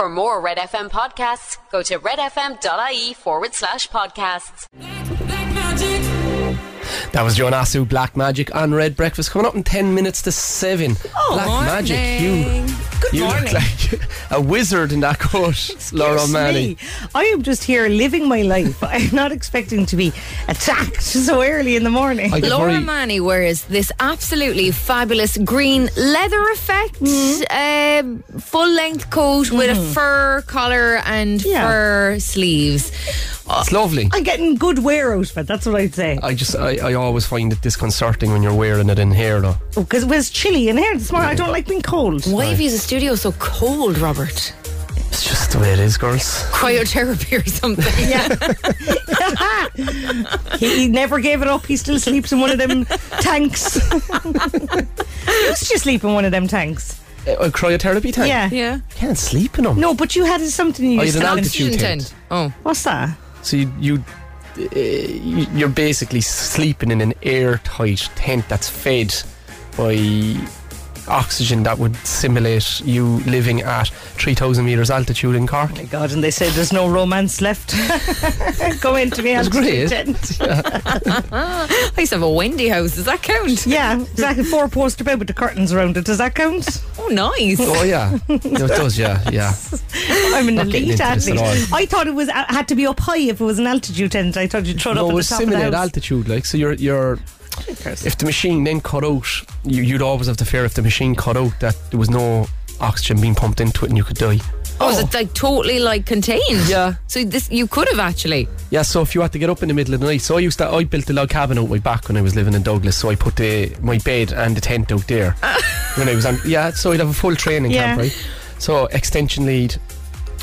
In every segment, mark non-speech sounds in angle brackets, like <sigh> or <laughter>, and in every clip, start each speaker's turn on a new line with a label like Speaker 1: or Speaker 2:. Speaker 1: For more Red FM podcasts, go to redfm.ie forward slash podcasts.
Speaker 2: That was Jonasu Black Magic on Red Breakfast. Coming up in 10 minutes to 7.
Speaker 3: Oh,
Speaker 2: Black
Speaker 3: morning.
Speaker 2: Magic. You,
Speaker 3: Good
Speaker 2: you look
Speaker 3: morning.
Speaker 2: like a wizard in that coat, Laura
Speaker 3: Excuse
Speaker 2: Manning.
Speaker 3: me. I am just here living my life. <laughs> I'm not expecting to be attacked <laughs> so early in the morning.
Speaker 2: I get
Speaker 4: Laura
Speaker 2: very-
Speaker 4: Manny wears this absolutely fabulous green leather effect,
Speaker 2: Mm-hmm.
Speaker 4: uh, full length coat with a fur collar and
Speaker 3: Yeah.
Speaker 4: fur sleeves.
Speaker 2: It's lovely.
Speaker 3: I'm getting good wear out of it. That's what I'd say.
Speaker 2: I just, I, I always find it disconcerting when you're wearing it in here, though.
Speaker 3: Because it was chilly in here this morning. I don't like being cold.
Speaker 4: Why have you the studio so cold, Robert?
Speaker 2: It's just the way it is, girls.
Speaker 4: Cryotherapy or
Speaker 2: <laughs>
Speaker 4: something.
Speaker 3: <laughs> He, he never gave it up. He still sleeps in one of
Speaker 2: <laughs>
Speaker 3: them tanks. <laughs> Used to sleep in one of them tanks.
Speaker 2: A, a Uh, cryotherapy tank?
Speaker 3: Yeah.
Speaker 4: <laughs> yeah.
Speaker 2: You can't sleep in them.
Speaker 3: No, but you had something you
Speaker 2: Oh, you
Speaker 3: used
Speaker 2: had
Speaker 3: to
Speaker 2: an
Speaker 3: have.
Speaker 2: altitude
Speaker 4: Student
Speaker 2: tent.
Speaker 4: tent. Oh.
Speaker 3: What's that?
Speaker 2: So you, you uh, you- you're basically sleeping in an airtight tent that's fed by oxygen that would simulate you living at 3,000 meters altitude in Cork.
Speaker 3: Oh my God, and they say there's no romance left. <laughs> Go into me.
Speaker 2: That's
Speaker 3: I'm
Speaker 2: great.
Speaker 3: tent.
Speaker 4: I used to have a Wendy house. Does that count?
Speaker 3: Yeah, exactly. Four poster bed with the curtains around it. Does that count?
Speaker 4: Oh, nice.
Speaker 2: Oh yeah, no, it does. Yeah, <laughs> yeah.
Speaker 3: I'm an
Speaker 2: Not getting
Speaker 3: elite
Speaker 2: into this
Speaker 3: athlete.
Speaker 2: at
Speaker 3: I thought it was it had to be up high if it was an altitude tent. I thought you'd throw it
Speaker 2: No,
Speaker 3: up at
Speaker 2: it
Speaker 3: the
Speaker 2: was
Speaker 3: top of the
Speaker 2: simulated
Speaker 3: house.
Speaker 2: altitude. Like so, you're you're. If the machine then cut out, you, you'd always have the fear if the machine cut out that there was no oxygen being pumped into it and you could die.
Speaker 4: Oh, is it like totally like contained?
Speaker 2: Yeah.
Speaker 4: So this you could have actually.
Speaker 2: Yeah, so if you had to get up in the middle of the night, so I used to I built the log cabin out my back when I was living in Douglas, so I put the my bed and the tent out there <laughs> when I was on. Yeah, so I'd have a full training camp,
Speaker 3: Yeah.
Speaker 2: right? So extension lead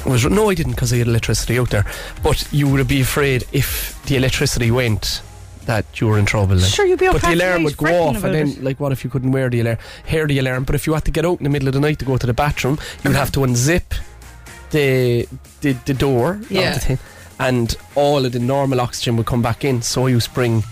Speaker 2: was no, I didn't because I had electricity out there, but you would be afraid if the electricity went that you were in trouble. Like.
Speaker 3: Sure, you'd be up
Speaker 2: But
Speaker 3: half
Speaker 2: the
Speaker 3: the
Speaker 2: alarm
Speaker 3: night
Speaker 2: would go
Speaker 3: fretting
Speaker 2: off, and
Speaker 3: about
Speaker 2: then
Speaker 3: it.
Speaker 2: like, what if you couldn't wear the alarm, hear the alarm? But if you had to get out in the middle of the night to go to the bathroom, you would have to unzip the the, the door
Speaker 4: Yeah.
Speaker 2: of the thing, and all of the normal oxygen would come back in. So I used to bring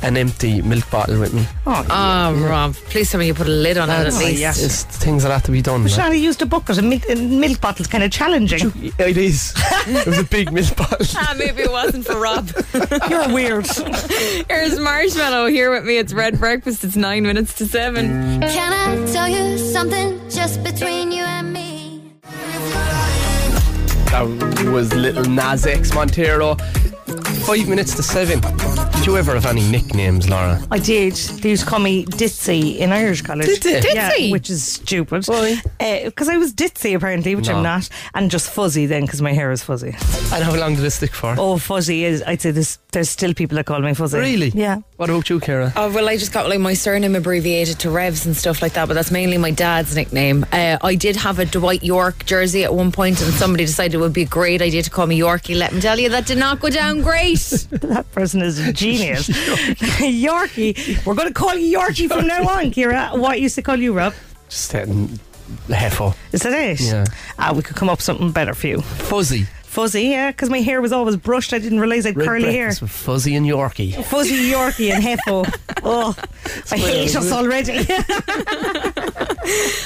Speaker 2: an empty milk bottle with me.
Speaker 3: Oh,
Speaker 4: Oh, Rob, please tell me you put a lid on it at
Speaker 3: Oh,
Speaker 4: least.
Speaker 3: yeah.
Speaker 2: It's things that have to be done.
Speaker 3: But
Speaker 2: like.
Speaker 3: Shani used a bucket. A milk, a milk bottle's kind of
Speaker 2: <laughs>
Speaker 3: challenging.
Speaker 2: It is. it was a big milk
Speaker 3: <laughs>
Speaker 2: bottle.
Speaker 4: <laughs> Ah, maybe it wasn't for Rob.
Speaker 3: You're weird.
Speaker 4: Here's Marshmallow here with me. It's Red Breakfast. It's nine minutes to seven.
Speaker 5: Can I tell you something just between you and me?
Speaker 2: That was little Nas X Montero. Five minutes to seven. Did you ever have any nicknames, Laura?
Speaker 3: I did. They used to call me Ditzy in Irish college.
Speaker 2: Did they?
Speaker 3: Yeah,
Speaker 4: Ditzy?
Speaker 3: which is stupid.
Speaker 2: Why?
Speaker 3: Because I was ditzy apparently, which
Speaker 2: No.
Speaker 3: I'm not, and just fuzzy then because my hair is fuzzy.
Speaker 2: And how long did it stick for?
Speaker 3: Oh, fuzzy is. I'd say there's there's still people that call me fuzzy.
Speaker 2: Really?
Speaker 3: Yeah.
Speaker 2: What about you, Kara?
Speaker 4: Oh, well, I just got like my surname abbreviated to Revs and stuff like that, but that's mainly my dad's nickname. Uh, I did have a Dwight York jersey at one point, and somebody decided it would be a great idea to call me Yorkie. Let me tell you, that did not go down <laughs> great.
Speaker 3: That person
Speaker 2: <laughs>
Speaker 3: is a genius. Yorkie. We're going to call you Yorkie from now on, Kira. What used to call you, Rob?
Speaker 2: Just um, heffo.
Speaker 3: Is that it?
Speaker 2: Yeah.
Speaker 3: Ah, we could come up with something better for you.
Speaker 2: Fuzzy.
Speaker 3: Fuzzy, yeah, because my hair was always brushed. I didn't realise I had
Speaker 2: Red
Speaker 3: curly hair.
Speaker 2: breakfast with Fuzzy and Yorkie.
Speaker 3: Fuzzy Yorkie
Speaker 2: <laughs>
Speaker 3: and Heffo. Oh, I hate us already.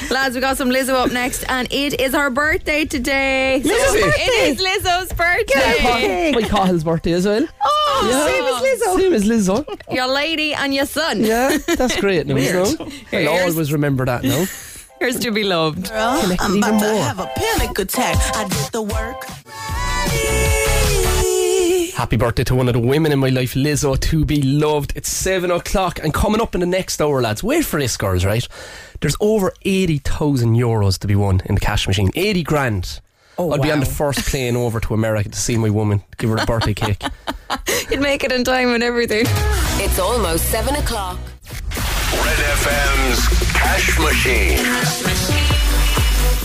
Speaker 3: <laughs>
Speaker 4: Lads, we got some Lizzo up next, and it is her birthday today.
Speaker 2: Lizzo's
Speaker 4: It is Lizzo's birthday.
Speaker 3: Hey.
Speaker 2: My Cahill's birthday as well. Ah,
Speaker 3: Oh, same as Lizzo.
Speaker 2: Same as Lizzo.
Speaker 4: Your lady and your son.
Speaker 2: Yeah, that's great news,
Speaker 4: Weird.
Speaker 2: no?
Speaker 4: Here's-
Speaker 2: I'll always remember that now.
Speaker 4: Here's to be loved.
Speaker 6: I'm
Speaker 2: even
Speaker 6: about to
Speaker 2: more.
Speaker 6: have a panic attack. I did the work.
Speaker 2: Happy birthday to one of the women in my life, Lizzo, to be loved. It's seven o'clock and coming up in the next hour, lads. Wait for this, girls, right? There's over 80,000 euros to be won in the cash machine. 80 grand.
Speaker 3: Oh,
Speaker 2: I'd be on the first plane over to America to see my woman, give her a birthday
Speaker 3: <laughs>
Speaker 2: cake.
Speaker 4: You'd make it in time and everything.
Speaker 1: It's almost 7 o'clock.
Speaker 7: Red FM's Cash Machine.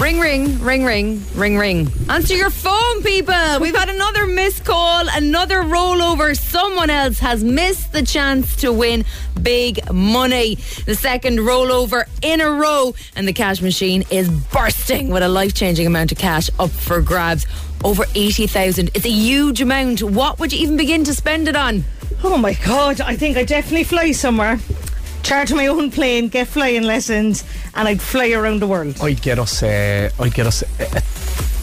Speaker 4: Ring, ring, ring, ring, ring, ring. Answer your phone, people. We've had another missed call, another rollover. Someone else has missed the chance to win big money. The second rollover in a row, and the cash machine is bursting with a life changing amount of cash up for grabs. Over 80,000. It's a huge amount. What would you even begin to spend it on?
Speaker 3: Oh my god, I think I'd definitely fly somewhere. Charter my own plane, get flying lessons, and I'd fly around the world.
Speaker 2: I'd get us, uh, I'd get us a,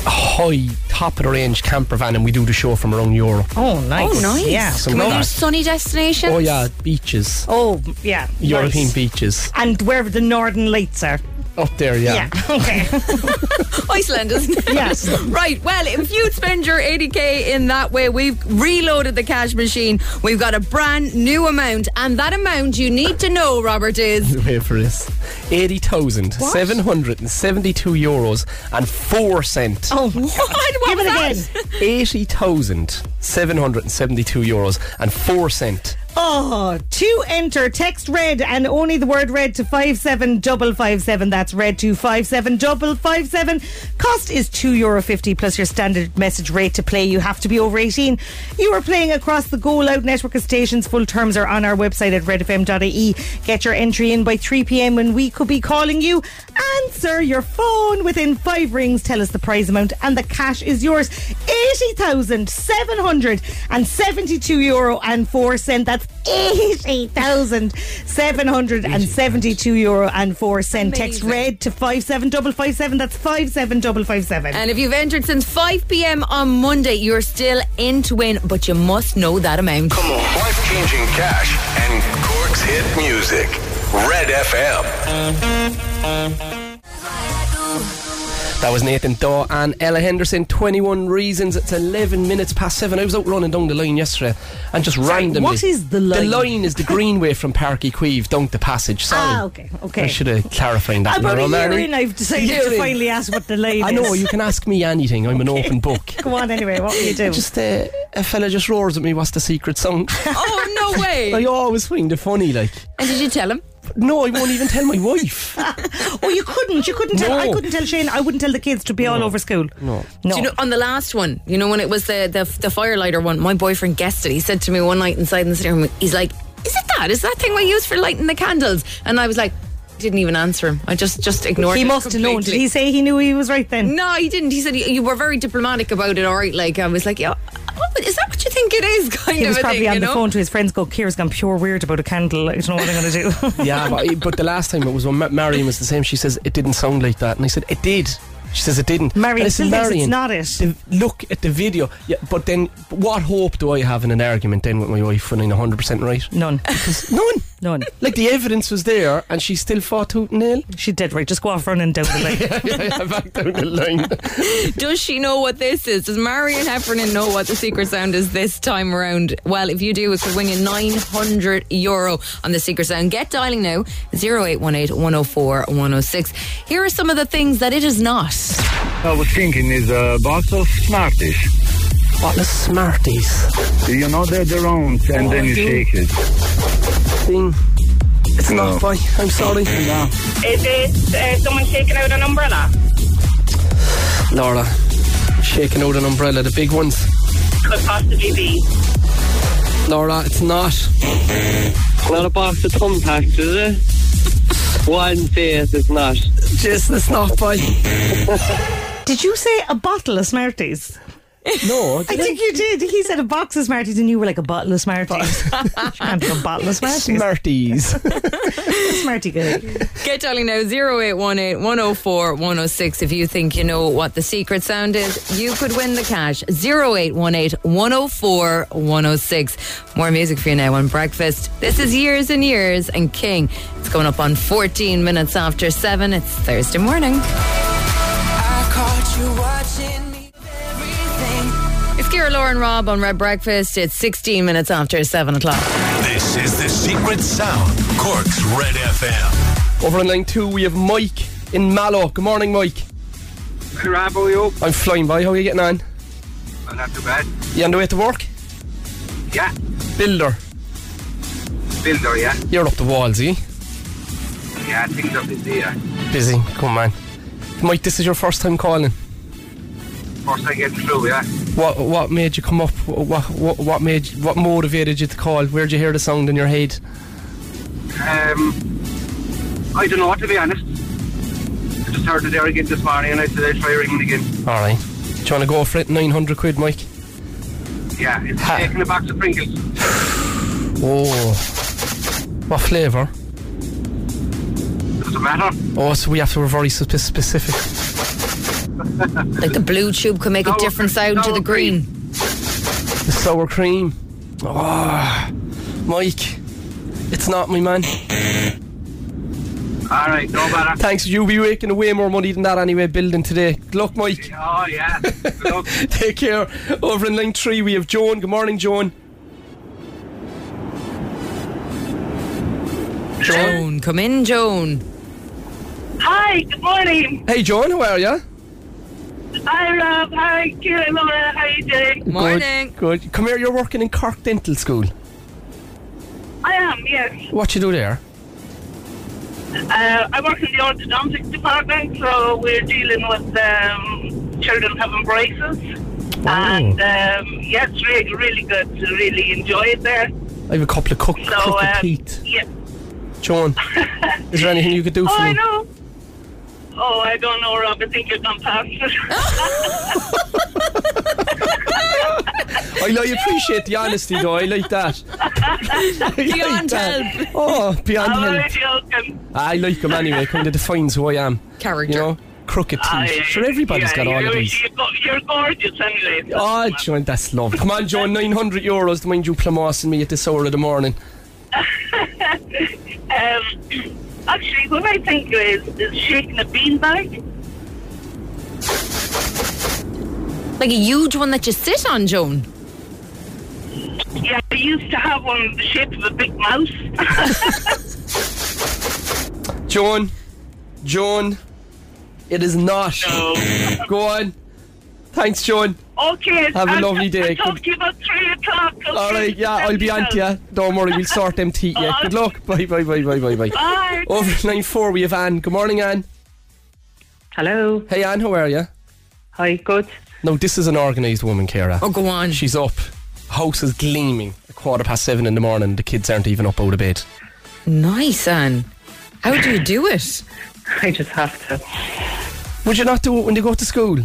Speaker 2: a high, top of the range camper van, and we do the show from around Europe.
Speaker 3: Oh, nice.
Speaker 4: Oh, nice.
Speaker 3: Yeah.
Speaker 2: Some
Speaker 4: Can we
Speaker 2: of that.
Speaker 4: use sunny destinations?
Speaker 2: Oh yeah, beaches,
Speaker 3: Oh, yeah.
Speaker 2: European
Speaker 3: nice.
Speaker 2: beaches
Speaker 3: And wherever the northern lights are.
Speaker 2: up there. Yeah.
Speaker 3: Yeah. <laughs> Okay.
Speaker 4: <laughs> Iceland, isn't it?
Speaker 3: Yes.
Speaker 4: <coughs> Right. Well, if you'd spend your 80k in that way, we've reloaded the cash machine. We've got a brand new amount, and that amount you need to know, Robert,
Speaker 3: <laughs>
Speaker 4: is
Speaker 2: <laughs> Wait for this. 80,772 euros and 4 cent.
Speaker 3: Oh, my
Speaker 4: what? <laughs> What
Speaker 3: Give
Speaker 4: was
Speaker 3: it
Speaker 4: that?
Speaker 3: again.
Speaker 2: 80,772 euros and 4 cent.
Speaker 3: Oh, to enter, text red and only the word red to 57557. That's red to 57557. Cost is €2.50 plus your standard message rate to play. You have to be over 18. You are playing across the Go Loud network of stations. Full terms are on our website at redfm.ie. E. Get your entry in by 3 pm when we could be calling you. Answer your phone within five rings. Tell us the prize amount and the cash is yours. 80,772 euro and 4 cent. That's 80,772 euro and 4 cent. Text
Speaker 4: Amazing.
Speaker 3: red to 57557. That's 57557.
Speaker 4: And if you've entered since 5 p.m. on Monday, you're still in to win, but you must know that amount.
Speaker 3: <laughs>
Speaker 7: Come on, life changing cash and Cork's hit music. Red FM.
Speaker 2: That was Nathan Daw and Ella Henderson. 21 reasons. It's 11 minutes past 7. I was out running down the line yesterday and just randomly.
Speaker 3: what is the
Speaker 2: The
Speaker 3: line?
Speaker 2: line is the greenway from Parky Queeve down the passage. Sorry.
Speaker 3: Ah, okay, okay.
Speaker 2: I should have clarified that.
Speaker 3: I'm about
Speaker 2: Laura
Speaker 3: a year
Speaker 2: Mary.
Speaker 3: in, I've decided
Speaker 2: Year
Speaker 3: to
Speaker 2: in.
Speaker 3: finally ask what the line
Speaker 2: I know,
Speaker 3: is.
Speaker 2: you can ask me anything. I'm an open book.
Speaker 3: <laughs> Go on anyway, what will you do?
Speaker 2: <laughs> Just uh, a fella just roars at me, what's the secret sound?
Speaker 4: oh, no
Speaker 2: I
Speaker 4: way.
Speaker 2: always find it funny, like,
Speaker 4: And did you tell him?
Speaker 2: no, I won't even tell my
Speaker 3: <laughs>
Speaker 2: wife.
Speaker 3: Oh, you couldn't. You couldn't tell. I
Speaker 2: No.
Speaker 3: couldn't tell Shane. I wouldn't tell the kids to be all over school. No. No.
Speaker 4: Do you know on the last one? You know when it was the the, the firelighter one. My boyfriend guessed it. He said to me one night inside in the sitting room. He's like, "Is it that? Is that thing we use for lighting the candles?" And I was like, "Didn't even answer him. I just just ignored."
Speaker 3: he
Speaker 4: it
Speaker 3: must have known. Did
Speaker 4: completely.
Speaker 3: he say he knew he was right then?
Speaker 4: No, he didn't. He said you, you were very diplomatic about it. All right, like I was like, "Yeah, oh, is that what you think it is?" <laughs> Kind
Speaker 3: He
Speaker 4: of
Speaker 3: was
Speaker 4: a
Speaker 3: probably
Speaker 4: thing,
Speaker 3: on
Speaker 4: you
Speaker 3: the
Speaker 4: know?
Speaker 3: phone to his friends. Go, Kira's gone pure weird about a candle. I don't know what I'm going to
Speaker 2: <laughs>
Speaker 3: do.
Speaker 2: Yeah, but, but the last time it was when Ma- Marion was the same. She says it didn't sound like that, and I said it did. She says it didn't.
Speaker 3: Marion
Speaker 2: And I said,
Speaker 3: still thinks it's not it.
Speaker 2: the- look at the video. Yeah, but then what hope do I have in an argument then with my wife when I'm 100 percent right?
Speaker 3: None.
Speaker 2: None.
Speaker 3: None.
Speaker 2: Like the evidence was there, and she still fought tooth and nail. <laughs>
Speaker 3: She did right. Just go off running down the lane.
Speaker 2: yeah, back down the line.
Speaker 4: Does she know what this is? Does Marion Heffernan know what the secret sound is this time around? Well, if you do, it could win you 900 euro on the secret sound. Get dialing now 0818 104 106. Here are some of the things that it is not.
Speaker 8: I was thinking is a box of Smarties.
Speaker 2: What the smarties
Speaker 8: You know they're the rounds, and then you shake it.
Speaker 2: thing. It's not fine. I'm sorry,
Speaker 9: Is it uh, someone shaking out an umbrella?
Speaker 2: Laura. Shaking out an umbrella, the big ones.
Speaker 9: Could possibly be.
Speaker 2: Laura, it's not.
Speaker 10: Not a box of thumbtacks, is it? One face is not.
Speaker 2: Just it's not, boy.
Speaker 3: Did you say a bottle of Smarties?
Speaker 2: No,
Speaker 3: I think you did. He said a box of Smarties, and you were like a bottle of Smarties. you <laughs> can't have a bottle of Smarties.
Speaker 2: Smarties.
Speaker 3: Smartie guy.
Speaker 4: Get dialing now 0818 104 106. If you think you know what the secret sound is, you could win the cash 0818 104 106. More music for you now on breakfast. This is Years and Years and King. It's going up on 14 minutes after 7. It's Thursday morning.
Speaker 6: I caught you watching me. Everything.
Speaker 4: It's Kira, Laura, and Rob on Red Breakfast. It's 16 minutes after 7 o'clock.
Speaker 7: This is the secret sound. Cork's Red FM.
Speaker 2: Over on line two, we have Mike in Mallow. Good morning, Mike.
Speaker 10: Crab, are you?
Speaker 2: I'm flying by. How are you getting on?
Speaker 10: Well, not too bad.
Speaker 2: You on the way to work?
Speaker 10: Yeah,
Speaker 2: Builder,
Speaker 10: builder, yeah.
Speaker 2: you're up the walls, eh?
Speaker 10: Yeah, things are busy, yeah.
Speaker 2: Busy. Come on. Mike, this is your first time calling.
Speaker 10: First I get through, yeah.
Speaker 2: What what made you come up? What what what made what motivated you to call? Where'd you hear the sound in your head?
Speaker 10: Um, I don't know, to be honest. I just heard it there again this morning and I said I'd try ringing again.
Speaker 2: All right. Do you want to go for it? Nine hundred quid, Mike.
Speaker 10: Yeah, it's
Speaker 2: Ha.
Speaker 10: taking a box of Pringles.
Speaker 2: Oh. What flavour?
Speaker 10: Doesn't matter.
Speaker 2: Oh, so we have to be very spe- specific.
Speaker 4: Like the blue tube could make a different sound to the green.
Speaker 2: The sour cream. Oh, Mike, it's not my man.
Speaker 11: All right, no matter.
Speaker 2: Thanks, you'll be making way more money than that anyway, building today. Good luck, Mike. <laughs>
Speaker 11: Oh, yeah. Good luck.
Speaker 2: Take care. Over in line three, we have Joan. Good morning, Joan.
Speaker 4: Joan, come in, Joan.
Speaker 12: Hi, good morning.
Speaker 2: Hey, Joan, how are you?
Speaker 12: Hi, Rob. Hi, Kira, Laura. How you doing?
Speaker 4: Morning.
Speaker 2: Good. Good. Come here, you're working in Cork Dental School.
Speaker 12: I am, yes.
Speaker 2: What you do there?
Speaker 12: Uh, I work in the orthodontic department, so we're dealing with um, children having braces. And um, yes, really, really good. Really enjoy it there.
Speaker 2: I have a couple of cook,
Speaker 12: So,
Speaker 2: crooked
Speaker 12: um,
Speaker 2: teeth.
Speaker 12: yeah.
Speaker 2: Joan, is there anything you could do
Speaker 12: <laughs> Oh,
Speaker 2: for
Speaker 12: I
Speaker 2: me?
Speaker 12: know. Oh, I don't know, Rob. I think you've gone past
Speaker 2: <laughs> Oh,
Speaker 12: it.
Speaker 2: I like, appreciate the honesty, though. I like that.
Speaker 12: <laughs>
Speaker 4: Beyond
Speaker 2: help. Oh, beyond
Speaker 12: I'm
Speaker 2: help.
Speaker 12: only joking.
Speaker 2: I like him anyway. Kind of defines who I am.
Speaker 4: Character.
Speaker 2: You know, crooked teeth. sure, everybody's
Speaker 12: yeah,
Speaker 2: got all
Speaker 12: you're,
Speaker 2: of these.
Speaker 12: You're, go- you're gorgeous anyway.
Speaker 2: Oh, John, that's lovely. Come on, John, 900 euros to mind you plamassing me at this hour of the morning.
Speaker 12: Um, <clears throat> actually, what I think is, is shaking a beanbag.
Speaker 4: Like a huge one that you sit on, Joan.
Speaker 12: Yeah, I used to have one the shape of a big mouse.
Speaker 2: John, John, it is not. Go on. Thanks, John.
Speaker 12: okay.
Speaker 2: Have a
Speaker 12: I'll-
Speaker 2: lovely day.
Speaker 12: I'll talk to you about three o'clock. okay?
Speaker 2: All right, yeah, I'll be on to you. Don't worry, we'll sort them teeth. Yeah, good luck. Bye, bye, bye, bye, bye, bye.
Speaker 12: Bye.
Speaker 2: Over at line four, we have Anne. Good morning, Anne.
Speaker 12: Hello.
Speaker 2: Hey, Anne, how are you?
Speaker 12: Hi. Good. <laughs>
Speaker 2: No, this is an organised woman, Cara.
Speaker 4: Oh, go on.
Speaker 2: She's up. House is gleaming. A quarter past seven in the morning. The kids aren't even up out of bed.
Speaker 4: Nice, Anne. How do you do it?
Speaker 12: I just have to.
Speaker 2: Would you not do it when they go to school?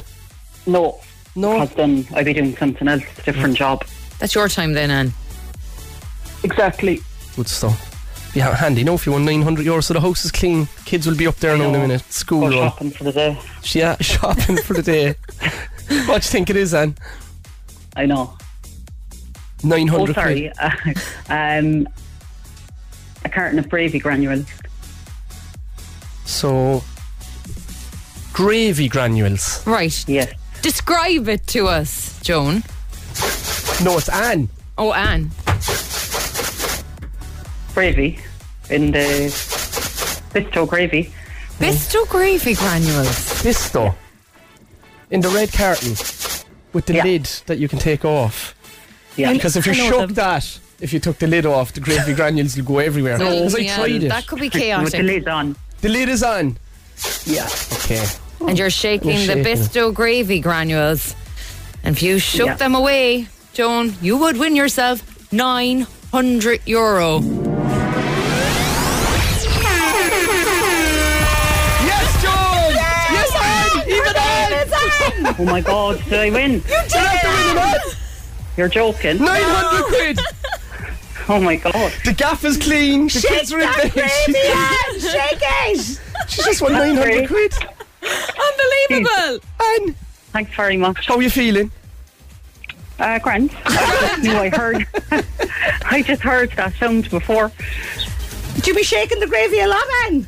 Speaker 12: No.
Speaker 2: No.
Speaker 12: Because then I'd be doing something else, different job.
Speaker 4: That's your time then, Anne.
Speaker 12: Exactly.
Speaker 2: Good stuff. Be ha- handy, no? If you won 900 euros, so the house is clean. Kids will be up there now in a minute. School
Speaker 12: Go
Speaker 2: run.
Speaker 12: shopping for the day.
Speaker 2: Yeah, <laughs> shopping for the
Speaker 12: <laughs>
Speaker 2: day. what do you think it is, Anne?
Speaker 12: I know.
Speaker 2: 900
Speaker 12: Oh,
Speaker 2: quid.
Speaker 12: sorry. <laughs> um, a carton of gravy granules.
Speaker 2: So, gravy granules.
Speaker 4: Right.
Speaker 12: Yes.
Speaker 4: Describe it to us, Joan.
Speaker 2: No, it's Anne.
Speaker 4: Oh, Anne.
Speaker 12: Gravy in the Bisto gravy.
Speaker 4: Bisto gravy granules.
Speaker 2: This, though, in the red carton with the
Speaker 12: Yeah.
Speaker 2: lid that you can take off.
Speaker 12: Yeah.
Speaker 2: Because if you
Speaker 4: I know
Speaker 2: shook
Speaker 4: them.
Speaker 2: that, if you took the lid off,
Speaker 4: <laughs>
Speaker 2: the gravy granules will go everywhere. Because I
Speaker 4: Yeah,
Speaker 2: tried it.
Speaker 4: That could be
Speaker 12: With the
Speaker 4: chaotic.
Speaker 12: lid on.
Speaker 2: The lid is on. Yeah. Okay.
Speaker 4: And you're shaking
Speaker 2: You're
Speaker 4: the
Speaker 2: shaking.
Speaker 4: Bisto gravy granules. And if you shook
Speaker 12: Yeah.
Speaker 4: them away, Joan, you would win yourself 900 euro.
Speaker 2: Yes, John! Yes, Anne! Even Anne! <laughs>
Speaker 12: Oh my God! Did I win?
Speaker 2: You're not the winner, man!
Speaker 12: You're joking.
Speaker 2: 900 quid!
Speaker 12: Oh my God!
Speaker 2: The gaff is clean. The kids are in bed. She's, <laughs>
Speaker 3: Shake it!
Speaker 2: she's just won 900 quid.
Speaker 4: Unbelievable.
Speaker 2: Anne,
Speaker 12: Thanks very much. Oh,
Speaker 2: how are you feeling?
Speaker 12: Uh, Grant. I just knew I heard. <laughs> I just heard that sound before.
Speaker 3: Do you be shaking the gravy a lot, Anne?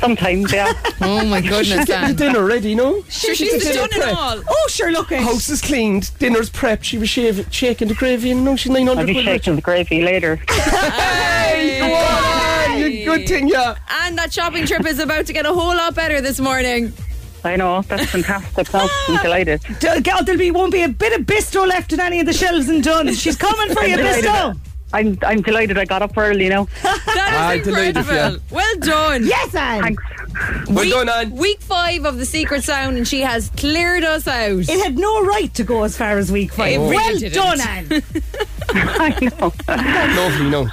Speaker 12: Sometimes, yeah.
Speaker 4: Oh, my <laughs> goodness, Anne.
Speaker 2: Dinner ready, no?
Speaker 4: Sure, she's done it all.
Speaker 3: Oh, sure, look it.
Speaker 2: House is cleaned, dinner's prepped, she was shav- shaking the gravy and no, she's 900
Speaker 12: I'll be
Speaker 2: quid.
Speaker 12: shaking the gravy later.
Speaker 2: Go on, Anne, you good thing, yeah.
Speaker 4: And that shopping trip is about to get a whole lot better this morning.
Speaker 12: I know. That's fantastic. No, I'm delighted.
Speaker 3: There- oh, There'll be won't be a bit of Bisto left in any of the shelves and done. She's coming for you, Bisto.
Speaker 12: I'm I'm delighted I got up early now.
Speaker 2: Ah,
Speaker 4: That is
Speaker 2: delighted,
Speaker 4: incredible. Well done.
Speaker 3: Yes, Anne.
Speaker 2: Well done, Anne.
Speaker 4: Week five of the Secret Sound, and she has cleared us out.
Speaker 3: It had no right to go as far as week
Speaker 4: It
Speaker 3: five.
Speaker 4: really
Speaker 3: well
Speaker 4: didn't.
Speaker 3: done, Anne.
Speaker 12: <laughs> I <laughs> know.
Speaker 2: Lovely, no.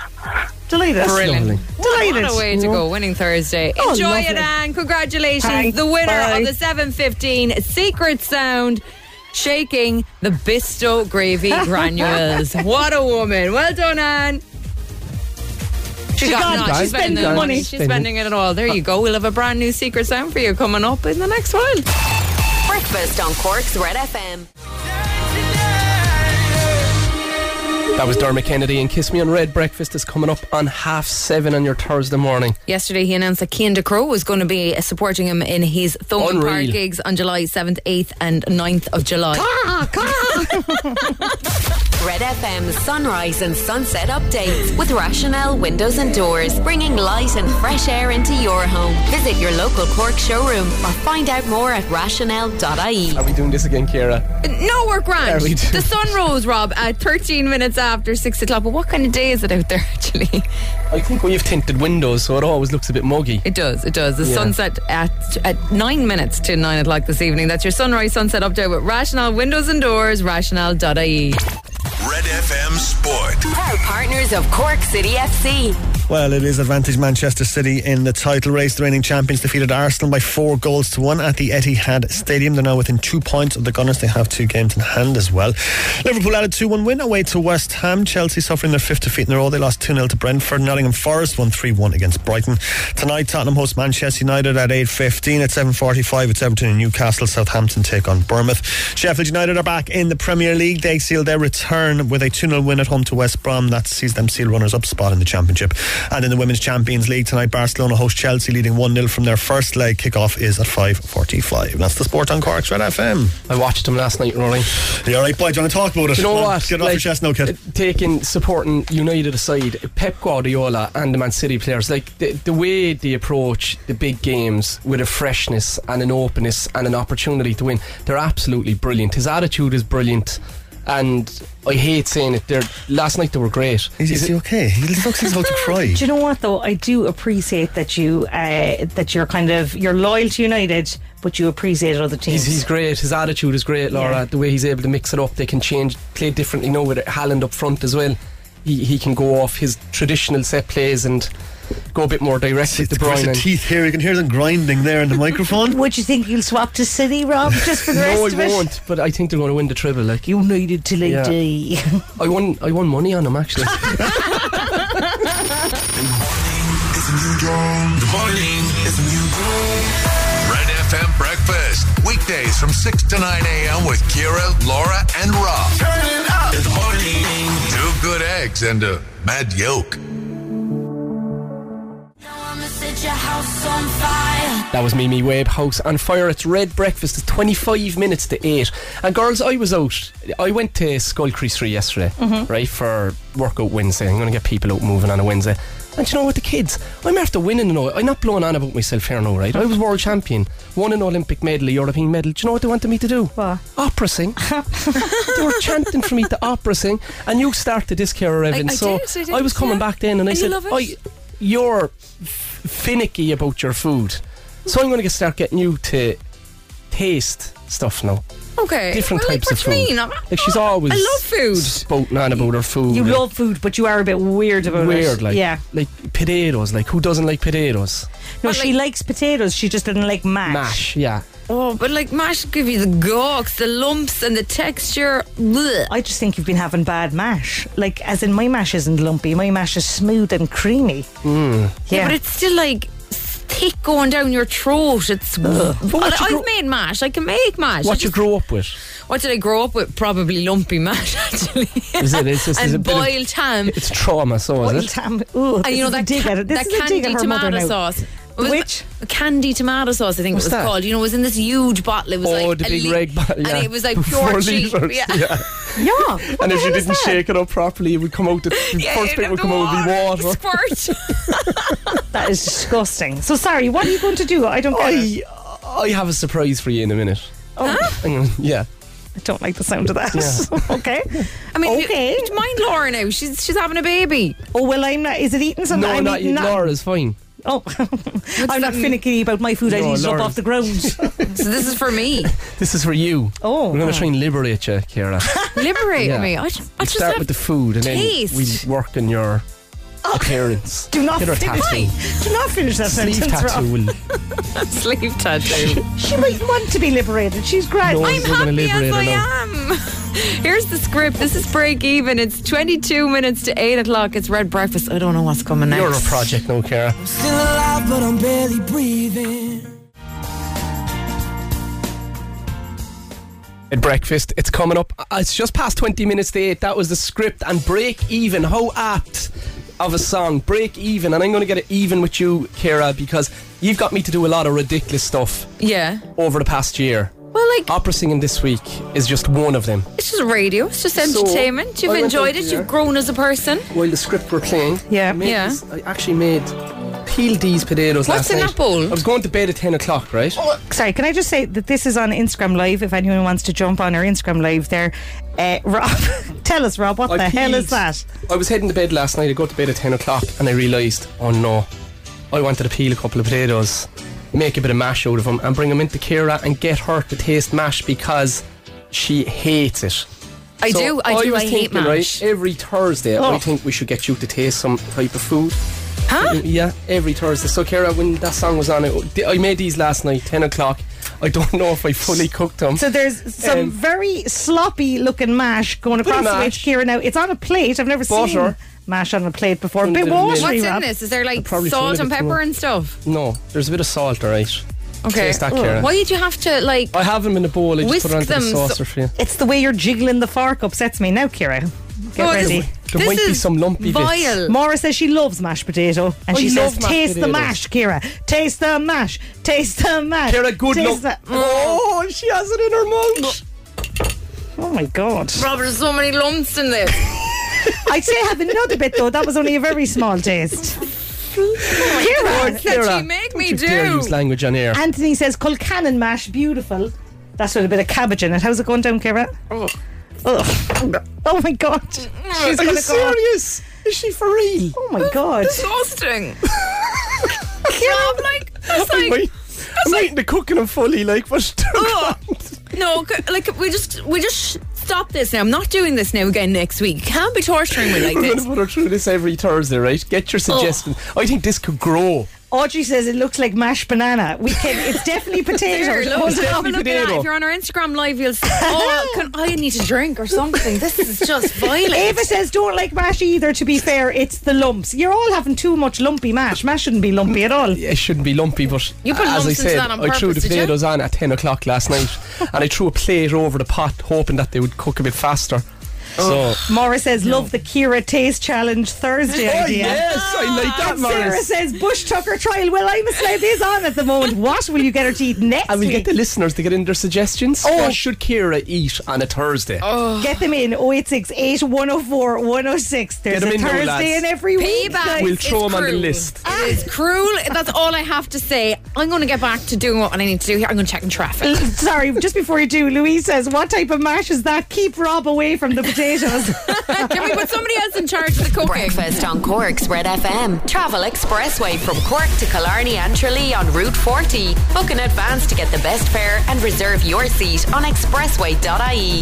Speaker 3: Delighted.
Speaker 2: Lovely.
Speaker 3: Delighted.
Speaker 4: What a way to go, winning Thursday.
Speaker 3: Oh,
Speaker 4: Enjoy it,
Speaker 3: lovely.
Speaker 4: Anne. Congratulations.
Speaker 12: Thanks.
Speaker 4: The winner
Speaker 12: Bye.
Speaker 4: of the 715 Secret Sound. Shaking the Bisto gravy granules. what a woman. Well done, Anne. She,
Speaker 3: got it.
Speaker 4: none.
Speaker 2: She's
Speaker 4: She's spending
Speaker 2: spending
Speaker 4: the money.
Speaker 2: it.
Speaker 4: She's spending it all. There you go. We'll have a brand new secret sound for you coming up in the next while.
Speaker 1: Breakfast on Cork's Red FM.
Speaker 2: That was Dermot Kennedy and Kiss Me on Red. Breakfast is coming up on half seven on your Thursday morning.
Speaker 4: Yesterday, he announced that Cian DeCrow was going to be uh, supporting him in his Thornton
Speaker 2: Unreal.
Speaker 4: Park gigs on July 7th, 8th, and 9th of July. <laughs>
Speaker 1: Red FM's sunrise and sunset updates with Rationale Windows and Doors, bringing light and fresh air into your home. Visit your local Cork showroom or find out more at rationale.ie.
Speaker 2: Are we doing this again, Kira?
Speaker 4: No, we're grand.
Speaker 2: There we do.
Speaker 4: The sun rose, Rob, at 13 minutes after 6 o'clock. But what kind of day is it out there, <laughs> actually?
Speaker 2: I think we have tinted windows, so it always looks a bit muggy.
Speaker 4: It does, it does. The
Speaker 2: Yeah.
Speaker 4: sunset at at nine minutes to nine o'clock this evening. That's your sunrise sunset update with Rationale Windows and Doors, rationale.ie.
Speaker 7: Red FM Sport.
Speaker 1: Proud partners of Cork City FC.
Speaker 12: Well, it is advantage Manchester City in the title race. The reigning champions defeated Arsenal by four goals to one at the Etihad Stadium. They're now within two points of the Gunners. They have two games in hand as well. Liverpool had a 2 1 win away to West Ham. Chelsea suffering their fifth defeat in a row. They lost 2 0 to Brentford. Nottingham Forest won 3 1 against Brighton. Tonight, Tottenham host Manchester United at 8.15. At 7.45, it's Everton and Newcastle. Southampton take on Bournemouth. Sheffield United are back in the Premier League. They sealed their return with a 2 0 win at home to West Brom. That sees them seal runners up spot in the Championship. And in the Women's Champions League tonight, Barcelona host Chelsea leading 1 0 from their first leg. Kickoff is at 5.45. That's the sport on Cork's Red FM.
Speaker 2: I watched him last night, Rory.
Speaker 12: You alright, boy? Do you want to talk about it?
Speaker 2: Do you know
Speaker 12: Come on,
Speaker 2: what?
Speaker 12: Get it off your
Speaker 2: Like,
Speaker 12: chest now, kid.
Speaker 2: Taking supporting United aside, Pep Guardiola and the Man City players, like the, the way they approach the big games with a freshness and an openness and an opportunity to win, they're absolutely brilliant. His attitude is brilliant, and I hate saying it. They're last night they were great.
Speaker 12: Is, is he okay? He looks like he's about to cry.
Speaker 3: Do you know what though? I do appreciate that you uh, that you're kind of you're loyal to United, but you appreciate other teams.
Speaker 2: He's, he's great. His attitude is great, Laura.
Speaker 3: Yeah.
Speaker 2: The way he's able to mix it up, they can change, play differently. You know, with Halland up front as well, he, he can go off his traditional set plays and go a bit more direct with De
Speaker 12: Brush
Speaker 2: Bruyne.
Speaker 12: your
Speaker 2: and-
Speaker 12: teeth here. You can hear them grinding there in the microphone.
Speaker 3: Would you think you'll swap to City, Rob, just for
Speaker 2: <laughs>
Speaker 3: the
Speaker 2: no,
Speaker 3: rest
Speaker 2: I
Speaker 3: of it?
Speaker 2: won't. But I think they're going to win the treble. Like
Speaker 3: United till
Speaker 2: Yeah.
Speaker 3: I die.
Speaker 2: I won, I won money on them
Speaker 3: <laughs>
Speaker 2: actually.
Speaker 7: The morning is a new day. Red FM Breakfast. Weekdays from 6 to 9 a.m. with Kira, Laura, and Rob. Turn it up. In the morning. Two good eggs and a mad yolk.
Speaker 6: Set your house on fire.
Speaker 2: That was Mimi Webb House on Fire. It's Red Breakfast. It's 25 minutes to 8. And girls, I was out. I went to Skullcrease 3 yesterday,
Speaker 3: Mm-hmm.
Speaker 2: right, for Workout Wednesday. I'm going to get people out moving on a Wednesday. And do you know what, the kids, I'm after winning and all. I'm not blowing on about myself here now, right? I was world champion, won an Olympic medal, a European medal. Do you know what they wanted me to do?
Speaker 3: What?
Speaker 2: Opera sing. they were chanting for me to opera sing. And you started this, Cara Evan.
Speaker 4: I
Speaker 2: so
Speaker 4: did, I did,
Speaker 2: was coming
Speaker 4: yeah.
Speaker 2: back then and I
Speaker 4: And you
Speaker 2: said,
Speaker 4: love it?
Speaker 2: I, You're finicky about your food. So I'm going to start getting you to taste stuff now.
Speaker 4: Okay.
Speaker 2: Different
Speaker 4: Eh, well, like,
Speaker 2: types
Speaker 4: what
Speaker 2: of
Speaker 4: do you
Speaker 2: food.
Speaker 4: mean? I'm-
Speaker 2: Like she's always
Speaker 4: I love food.
Speaker 2: spouting on about her food.
Speaker 3: You
Speaker 2: like,
Speaker 3: love food, but you are a bit weird about it.
Speaker 2: weird, like
Speaker 3: yeah.
Speaker 2: like potatoes. Like who doesn't like potatoes?
Speaker 3: No,
Speaker 4: But,
Speaker 3: she
Speaker 4: like-
Speaker 3: likes potatoes. She just doesn't like mash.
Speaker 2: Mash, yeah.
Speaker 4: Oh, but like mash give you the gawks, the lumps, and the texture. Blech.
Speaker 3: I just think you've been having bad mash. Like, as in, my mash isn't lumpy. My mash is smooth and creamy.
Speaker 2: Hmm.
Speaker 3: Yeah.
Speaker 4: But it's still like thick going down your throat. It's.
Speaker 2: But what
Speaker 4: I,
Speaker 2: you
Speaker 4: I've
Speaker 2: grow-
Speaker 4: made mash. I can make mash. I
Speaker 2: What you
Speaker 4: just-
Speaker 2: grow up with?
Speaker 4: What did I grow up with? Probably lumpy mash, <laughs> actually.
Speaker 2: Is it? It's
Speaker 4: <laughs>
Speaker 2: just- it's
Speaker 4: and
Speaker 2: a bit of-
Speaker 4: boiled ham.
Speaker 2: It's trauma, so
Speaker 3: Well,
Speaker 2: is it?
Speaker 3: Tam, ooh,
Speaker 4: And
Speaker 3: this
Speaker 4: you know
Speaker 3: is a
Speaker 4: that,
Speaker 3: dig
Speaker 4: ca-
Speaker 3: at it. This
Speaker 4: that
Speaker 3: is a dig
Speaker 4: candy
Speaker 3: at her mother
Speaker 4: tomato
Speaker 3: now.
Speaker 4: sauce. Was-
Speaker 3: Which?
Speaker 4: candy tomato sauce? I think
Speaker 2: What's
Speaker 4: it was
Speaker 2: that?
Speaker 4: called. You know, it was in this huge bottle. It was
Speaker 2: Oh,
Speaker 4: like
Speaker 2: the
Speaker 4: a
Speaker 2: big
Speaker 4: li-
Speaker 2: red bottle, yeah.
Speaker 4: and it was like
Speaker 2: <laughs> Four
Speaker 4: pure cheese.
Speaker 2: litres,
Speaker 4: Yeah.
Speaker 3: <laughs> Yeah.
Speaker 2: And
Speaker 3: What the
Speaker 2: if you
Speaker 3: hell is
Speaker 2: didn't
Speaker 3: that?
Speaker 2: shake it up properly, it would come out. The, the
Speaker 4: <laughs> <laughs> Yeah,
Speaker 2: first
Speaker 4: you'd
Speaker 2: bit
Speaker 4: have
Speaker 2: would
Speaker 4: the
Speaker 2: come out would be water.
Speaker 4: Squirt.
Speaker 3: That is disgusting. So sorry, what are you going to do? I don't get it.
Speaker 2: I, I have a surprise for you in a minute. Oh, yeah.
Speaker 3: I don't like the sound of that.
Speaker 2: Yeah.
Speaker 3: <laughs> okay.
Speaker 4: I mean, you-
Speaker 3: Okay.
Speaker 4: you mind Laura now. She's she's having a baby.
Speaker 3: Oh well, I'm not. Is it eating something?
Speaker 2: No,
Speaker 3: I'm
Speaker 2: not you.
Speaker 3: eating that-
Speaker 2: Laura's fine.
Speaker 3: Oh, <laughs> I'm not
Speaker 4: that mean?
Speaker 3: finicky about my food. I
Speaker 2: No,
Speaker 3: eat it up
Speaker 2: Laura's-
Speaker 3: off
Speaker 2: <laughs>
Speaker 3: the ground.
Speaker 4: So this is for me.
Speaker 2: This is for you.
Speaker 3: Oh.
Speaker 2: We're going to try and liberate you,
Speaker 3: <laughs>
Speaker 2: Kira.
Speaker 4: Liberate
Speaker 2: Yeah.
Speaker 4: me. I, ju- I
Speaker 2: We
Speaker 4: just
Speaker 2: start
Speaker 4: have <laughs>
Speaker 2: with the food and
Speaker 4: taste.
Speaker 2: then we work on your appearance.
Speaker 3: Oh. do not
Speaker 2: Get her
Speaker 3: finish.
Speaker 2: tattoo.
Speaker 3: Do not finish that
Speaker 2: Sleeve
Speaker 3: sentence. Rob.
Speaker 2: tattoo.
Speaker 3: <laughs>
Speaker 2: will-
Speaker 4: sleeve
Speaker 2: <laughs>
Speaker 4: tattoo.
Speaker 3: She might want to be liberated. She's great.
Speaker 2: No.
Speaker 4: I'm
Speaker 2: We're gonna
Speaker 4: happy
Speaker 2: liberate
Speaker 4: as
Speaker 2: her
Speaker 4: I
Speaker 2: now.
Speaker 4: am. <laughs> Here's the script. This is break even. It's 22 minutes to 8 o'clock. It's red breakfast. I don't know what's coming next.
Speaker 2: You're a project now, Kira.
Speaker 6: Still alive, but I'm barely breathing.
Speaker 2: at breakfast. It's coming up. Uh, It's just past 20 minutes to 8. That was the script. And break even. How apt of a song. Break even. And I'm going to get it even with you, Kira, because you've got me to do a lot of ridiculous stuff
Speaker 4: Yeah.
Speaker 2: over the past year.
Speaker 4: Well, like.
Speaker 2: Opera singing this week is just one of them.
Speaker 4: It's just radio. It's just entertainment.
Speaker 2: I
Speaker 4: You've
Speaker 2: went
Speaker 4: enjoyed
Speaker 2: over
Speaker 4: it.
Speaker 2: here.
Speaker 4: You've grown as a person.
Speaker 2: While the script were playing,
Speaker 4: Yeah.
Speaker 2: I made
Speaker 4: Yeah.
Speaker 2: this- I actually made peeled these potatoes last
Speaker 3: What's in
Speaker 2: night.
Speaker 3: that bowl?
Speaker 2: I was going to bed at 10 o'clock, right?
Speaker 3: Sorry, can I just say that this is on Instagram Live if anyone wants to jump on our Instagram Live there. Uh, Rob, <laughs> tell us, Rob, what the hell is that?
Speaker 2: I was heading to bed last night. I got to bed at 10 o'clock and I realised, oh no, I wanted to peel a couple of potatoes, make a bit of mash out of them, and bring them into Kira and get her to taste mash because she hates it.
Speaker 4: I do. I do.
Speaker 2: was
Speaker 4: I hate
Speaker 2: thinking,
Speaker 4: mash.
Speaker 2: Right, every Thursday, I
Speaker 4: Oh.
Speaker 2: think we should get you to taste some type of food. Huh? Yeah, every Thursday. So, Kira, when that song was on, I I made these last night, 10 o'clock. I don't <laughs> know if I fully cooked them.
Speaker 3: So there's some
Speaker 2: Um,
Speaker 3: very sloppy looking mash going
Speaker 2: bit of
Speaker 3: across the way to
Speaker 2: mash.
Speaker 3: Kira now. It's on a plate. I've never seen
Speaker 2: Butter.
Speaker 3: mash on a plate before. bit
Speaker 2: little
Speaker 3: watery,
Speaker 4: What's in
Speaker 3: Rob.
Speaker 4: this? Is there like
Speaker 2: probably
Speaker 4: salt
Speaker 2: found it
Speaker 4: and
Speaker 2: this
Speaker 4: pepper
Speaker 2: morning.
Speaker 4: and stuff?
Speaker 2: No, there's a bit of salt, all right.
Speaker 4: Okay.
Speaker 2: Taste that, Kira.
Speaker 4: Why did you have to like?
Speaker 2: I have them in a bowl. I just
Speaker 4: Whisk
Speaker 2: put it onto the
Speaker 4: them so-
Speaker 2: saucer for you.
Speaker 3: It's the way you're jiggling the fork upsets me now, Kira. Get
Speaker 4: Oh, this-
Speaker 3: ready.
Speaker 2: There might be some lumpy bits.
Speaker 3: Maura says she loves mashed potato and
Speaker 2: I
Speaker 3: she
Speaker 2: love
Speaker 3: says,
Speaker 2: mashed
Speaker 3: Taste the
Speaker 2: potatoes."
Speaker 3: mash, Kira. Taste the mash. Taste the mash.
Speaker 2: Kira, good
Speaker 3: Taste
Speaker 2: luck.
Speaker 3: the-
Speaker 2: Oh, she has it in her mouth.
Speaker 3: Oh my god.
Speaker 4: Rob, there's so many lumps in
Speaker 2: <laughs>
Speaker 4: there.
Speaker 3: I'd say have another bit though. That was only a very small taste. Kira.
Speaker 4: What did you make me
Speaker 2: You dare
Speaker 4: do?
Speaker 2: use language on air.
Speaker 3: Anthony says Culcanon mash, beautiful. That's with a bit of cabbage in it. How's it going down, Kira? Oh, oh my god. She's
Speaker 2: Are you
Speaker 3: gonna go.
Speaker 2: serious? Is she for
Speaker 4: <laughs>
Speaker 2: real?
Speaker 3: Oh my
Speaker 2: <laughs>
Speaker 3: god.
Speaker 4: Disgusting.
Speaker 3: Kira,
Speaker 4: like, that's
Speaker 2: I'm,
Speaker 4: like. Oh.
Speaker 2: wait- I'm waiting to cook them fully, like, but <laughs>
Speaker 4: Ugh. No, c- like we just we just sh- stop this now. I'm not doing this now again next week. Can't be torturing me like
Speaker 2: <laughs> we're going
Speaker 4: this.
Speaker 2: to put her through this every Thursday, right? Get your
Speaker 4: Oh.
Speaker 2: suggestions. I think this could grow.
Speaker 3: Audrey says it looks like mashed banana. We can. It's
Speaker 2: <laughs>
Speaker 3: definitely
Speaker 4: There,
Speaker 3: potatoes.
Speaker 4: look,
Speaker 3: Hold it
Speaker 4: have
Speaker 3: up.
Speaker 4: a look at that.
Speaker 2: potato.
Speaker 4: If you're on our Instagram live, you'll see. <laughs> Oh, can, I need a drink or something. This is <laughs> just violent.
Speaker 3: Ava says don't like mash either. To be fair, it's the lumps. You're all having too much lumpy mash. Mash shouldn't be lumpy
Speaker 2: <laughs>
Speaker 3: at all.
Speaker 2: It shouldn't be lumpy, but
Speaker 4: You put lumps
Speaker 2: as I
Speaker 4: into
Speaker 2: said,
Speaker 4: that on
Speaker 2: I threw
Speaker 4: purpose,
Speaker 2: the
Speaker 4: did you?
Speaker 2: potatoes on at 10 o'clock
Speaker 4: <laughs>
Speaker 2: last night and I threw a plate over the pot, hoping that they would cook a bit faster.
Speaker 4: Oh.
Speaker 2: So.
Speaker 3: Maura says love the Kira taste challenge Thursday
Speaker 2: Oh,
Speaker 3: idea.
Speaker 2: yes, I like
Speaker 4: Ah,
Speaker 2: that,
Speaker 3: Sarah
Speaker 2: Morris.
Speaker 3: says Bush Tucker trial. Well, I'm a slave is on at the moment. What will you get her to eat next
Speaker 2: And we
Speaker 3: week?
Speaker 2: get the listeners to get in their suggestions.
Speaker 3: Oh.
Speaker 2: What should Kira eat on a Thursday?
Speaker 4: Oh.
Speaker 3: Get them in 086 104 106. There's
Speaker 2: Get 'em
Speaker 3: a
Speaker 2: in now,
Speaker 3: Thursday
Speaker 2: lads.
Speaker 3: in every week.
Speaker 4: Payback.
Speaker 2: We'll
Speaker 4: is
Speaker 2: throw 'em on the
Speaker 4: cruel.
Speaker 2: list.
Speaker 4: It is cruel. That's all I have to say. I'm going to get back to doing what I need to do here. I'm going to check in traffic. <laughs>
Speaker 3: <laughs> Sorry, just before you do, Louise says, What type of mash is that? Keep Rob away from the potatoes. <laughs>
Speaker 4: Can we put somebody else in charge of the cooking?
Speaker 1: Breakfast on Cork's Red FM. Travel expressway from Cork to Killarney and Tralee on Route 40. Book in advance to get the best fare and reserve your seat on expressway.ie.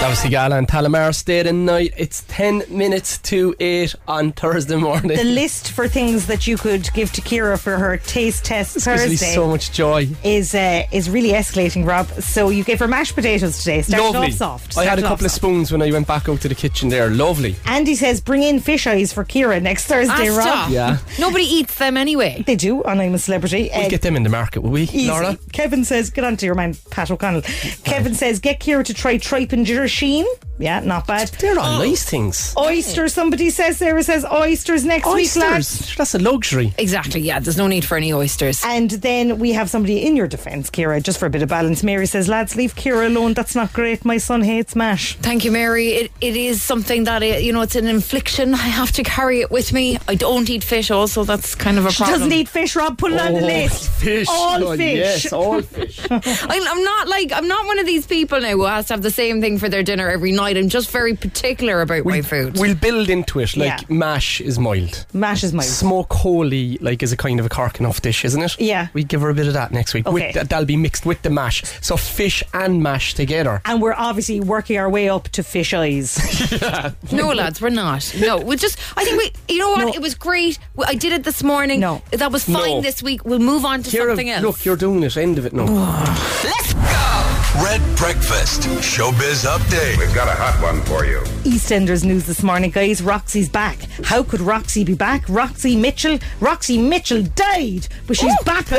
Speaker 2: That was Sigala and Talamar stayed in night. It's 10 minutes to 8 on Thursday morning.
Speaker 3: the list for things that you could give to Kira for her taste test
Speaker 2: Gives me
Speaker 3: Thursday
Speaker 2: so much joy.
Speaker 3: is uh, is really escalating, Rob. So you gave her mashed potatoes today. Started
Speaker 2: Lovely.
Speaker 3: off soft.
Speaker 2: I had a
Speaker 3: Started off
Speaker 2: couple of
Speaker 3: soft.
Speaker 2: spoons when I went back out to the kitchen there. Lovely.
Speaker 3: Andy says, Bring in fish eyes for Kira next Thursday,
Speaker 4: Ah,
Speaker 3: Rob.
Speaker 4: stop.
Speaker 2: Yeah.
Speaker 4: Nobody eats them anyway.
Speaker 3: They do on I'm a Celebrity. Uh,
Speaker 2: We'll get them in the market, will we,
Speaker 3: Easy.
Speaker 2: Laura?
Speaker 3: Kevin says, get on to your man, Pat O'Connell. Kevin says, get Kira to try tripe and ginger sheen. Yeah, not bad.
Speaker 2: They're not nice things.
Speaker 3: Oysters, somebody says, Sarah says, oysters next week, Oh, lads.
Speaker 2: Oysters. That's a luxury.
Speaker 4: Exactly. Yeah. There's no need for any oysters.
Speaker 3: And then we have somebody in your defence, Kira, just for a bit of balance. Mary says, lads, leave Kira alone. That's not great. My son hates mash.
Speaker 4: Thank you, Mary. It, it is something that, I, you know, it's an infliction. I have to carry it with me. I don't eat fish, also. That's kind of a
Speaker 3: She
Speaker 4: problem.
Speaker 3: doesn't eat fish, Rob. Put it on the list.
Speaker 2: Oh, <laughs> Fish.
Speaker 3: All
Speaker 2: Oh,
Speaker 3: fish.
Speaker 2: Yes,
Speaker 3: <laughs>
Speaker 2: all fish.
Speaker 4: I, I'm not like, I'm not one of these people now who has to have the same thing for their dinner every night. I'm just very particular about my food.
Speaker 2: We'll build into it. Like
Speaker 3: Yeah.
Speaker 2: mash is mild.
Speaker 3: Mash is my.
Speaker 2: Smoke holy like is a kind of a cork enough dish, isn't it?
Speaker 3: Yeah.
Speaker 2: We give her a bit of that next week.
Speaker 3: Okay.
Speaker 2: With, that- that'll be mixed with the mash. So fish and mash together.
Speaker 3: and we're obviously working our way up to fish eyes.
Speaker 4: No, lads, we're not. No, we just. I think we. You know what?
Speaker 3: No.
Speaker 4: It was great. We- I did it this morning.
Speaker 3: No.
Speaker 4: that was fine
Speaker 2: No.
Speaker 4: this week. We'll move on to
Speaker 2: Kira,
Speaker 4: something else.
Speaker 3: Oh,
Speaker 2: Look, you're doing it. End of it now.
Speaker 7: Red Red Breakfast, Showbiz Update. We've got a hot one for you.
Speaker 3: EastEnders news this morning, guys. Roxy's back. How could Roxy be back? Roxy Mitchell. Roxy Mitchell died, but she's
Speaker 2: Oh,
Speaker 3: back on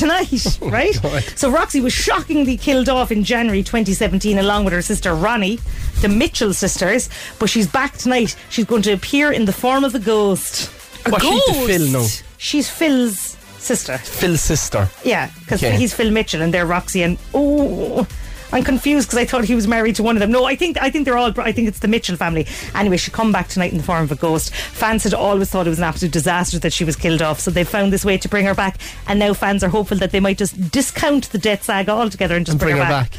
Speaker 2: <laughs>
Speaker 3: tonight, right? so Roxy was shockingly killed off in January 2017, along with her sister Ronnie, the Mitchell sisters. But she's back tonight. She's going to appear in the form of a ghost.
Speaker 2: A What, she's the ghost? Phil now?
Speaker 3: She's Phil's sister.
Speaker 2: Phil's sister.
Speaker 3: Yeah, because
Speaker 2: Okay.
Speaker 3: he's Phil Mitchell and they're Roxy and oh. I'm confused because I thought he was married to one of them. No, I think I think they're all. I think it's the Mitchell family. Anyway, she come back tonight in the form of a ghost. Fans had always thought it was an absolute disaster that she was killed off, so they found this way to bring her back. And now fans are hopeful that they might just discount the death saga altogether and just
Speaker 2: And
Speaker 3: bring, her, back.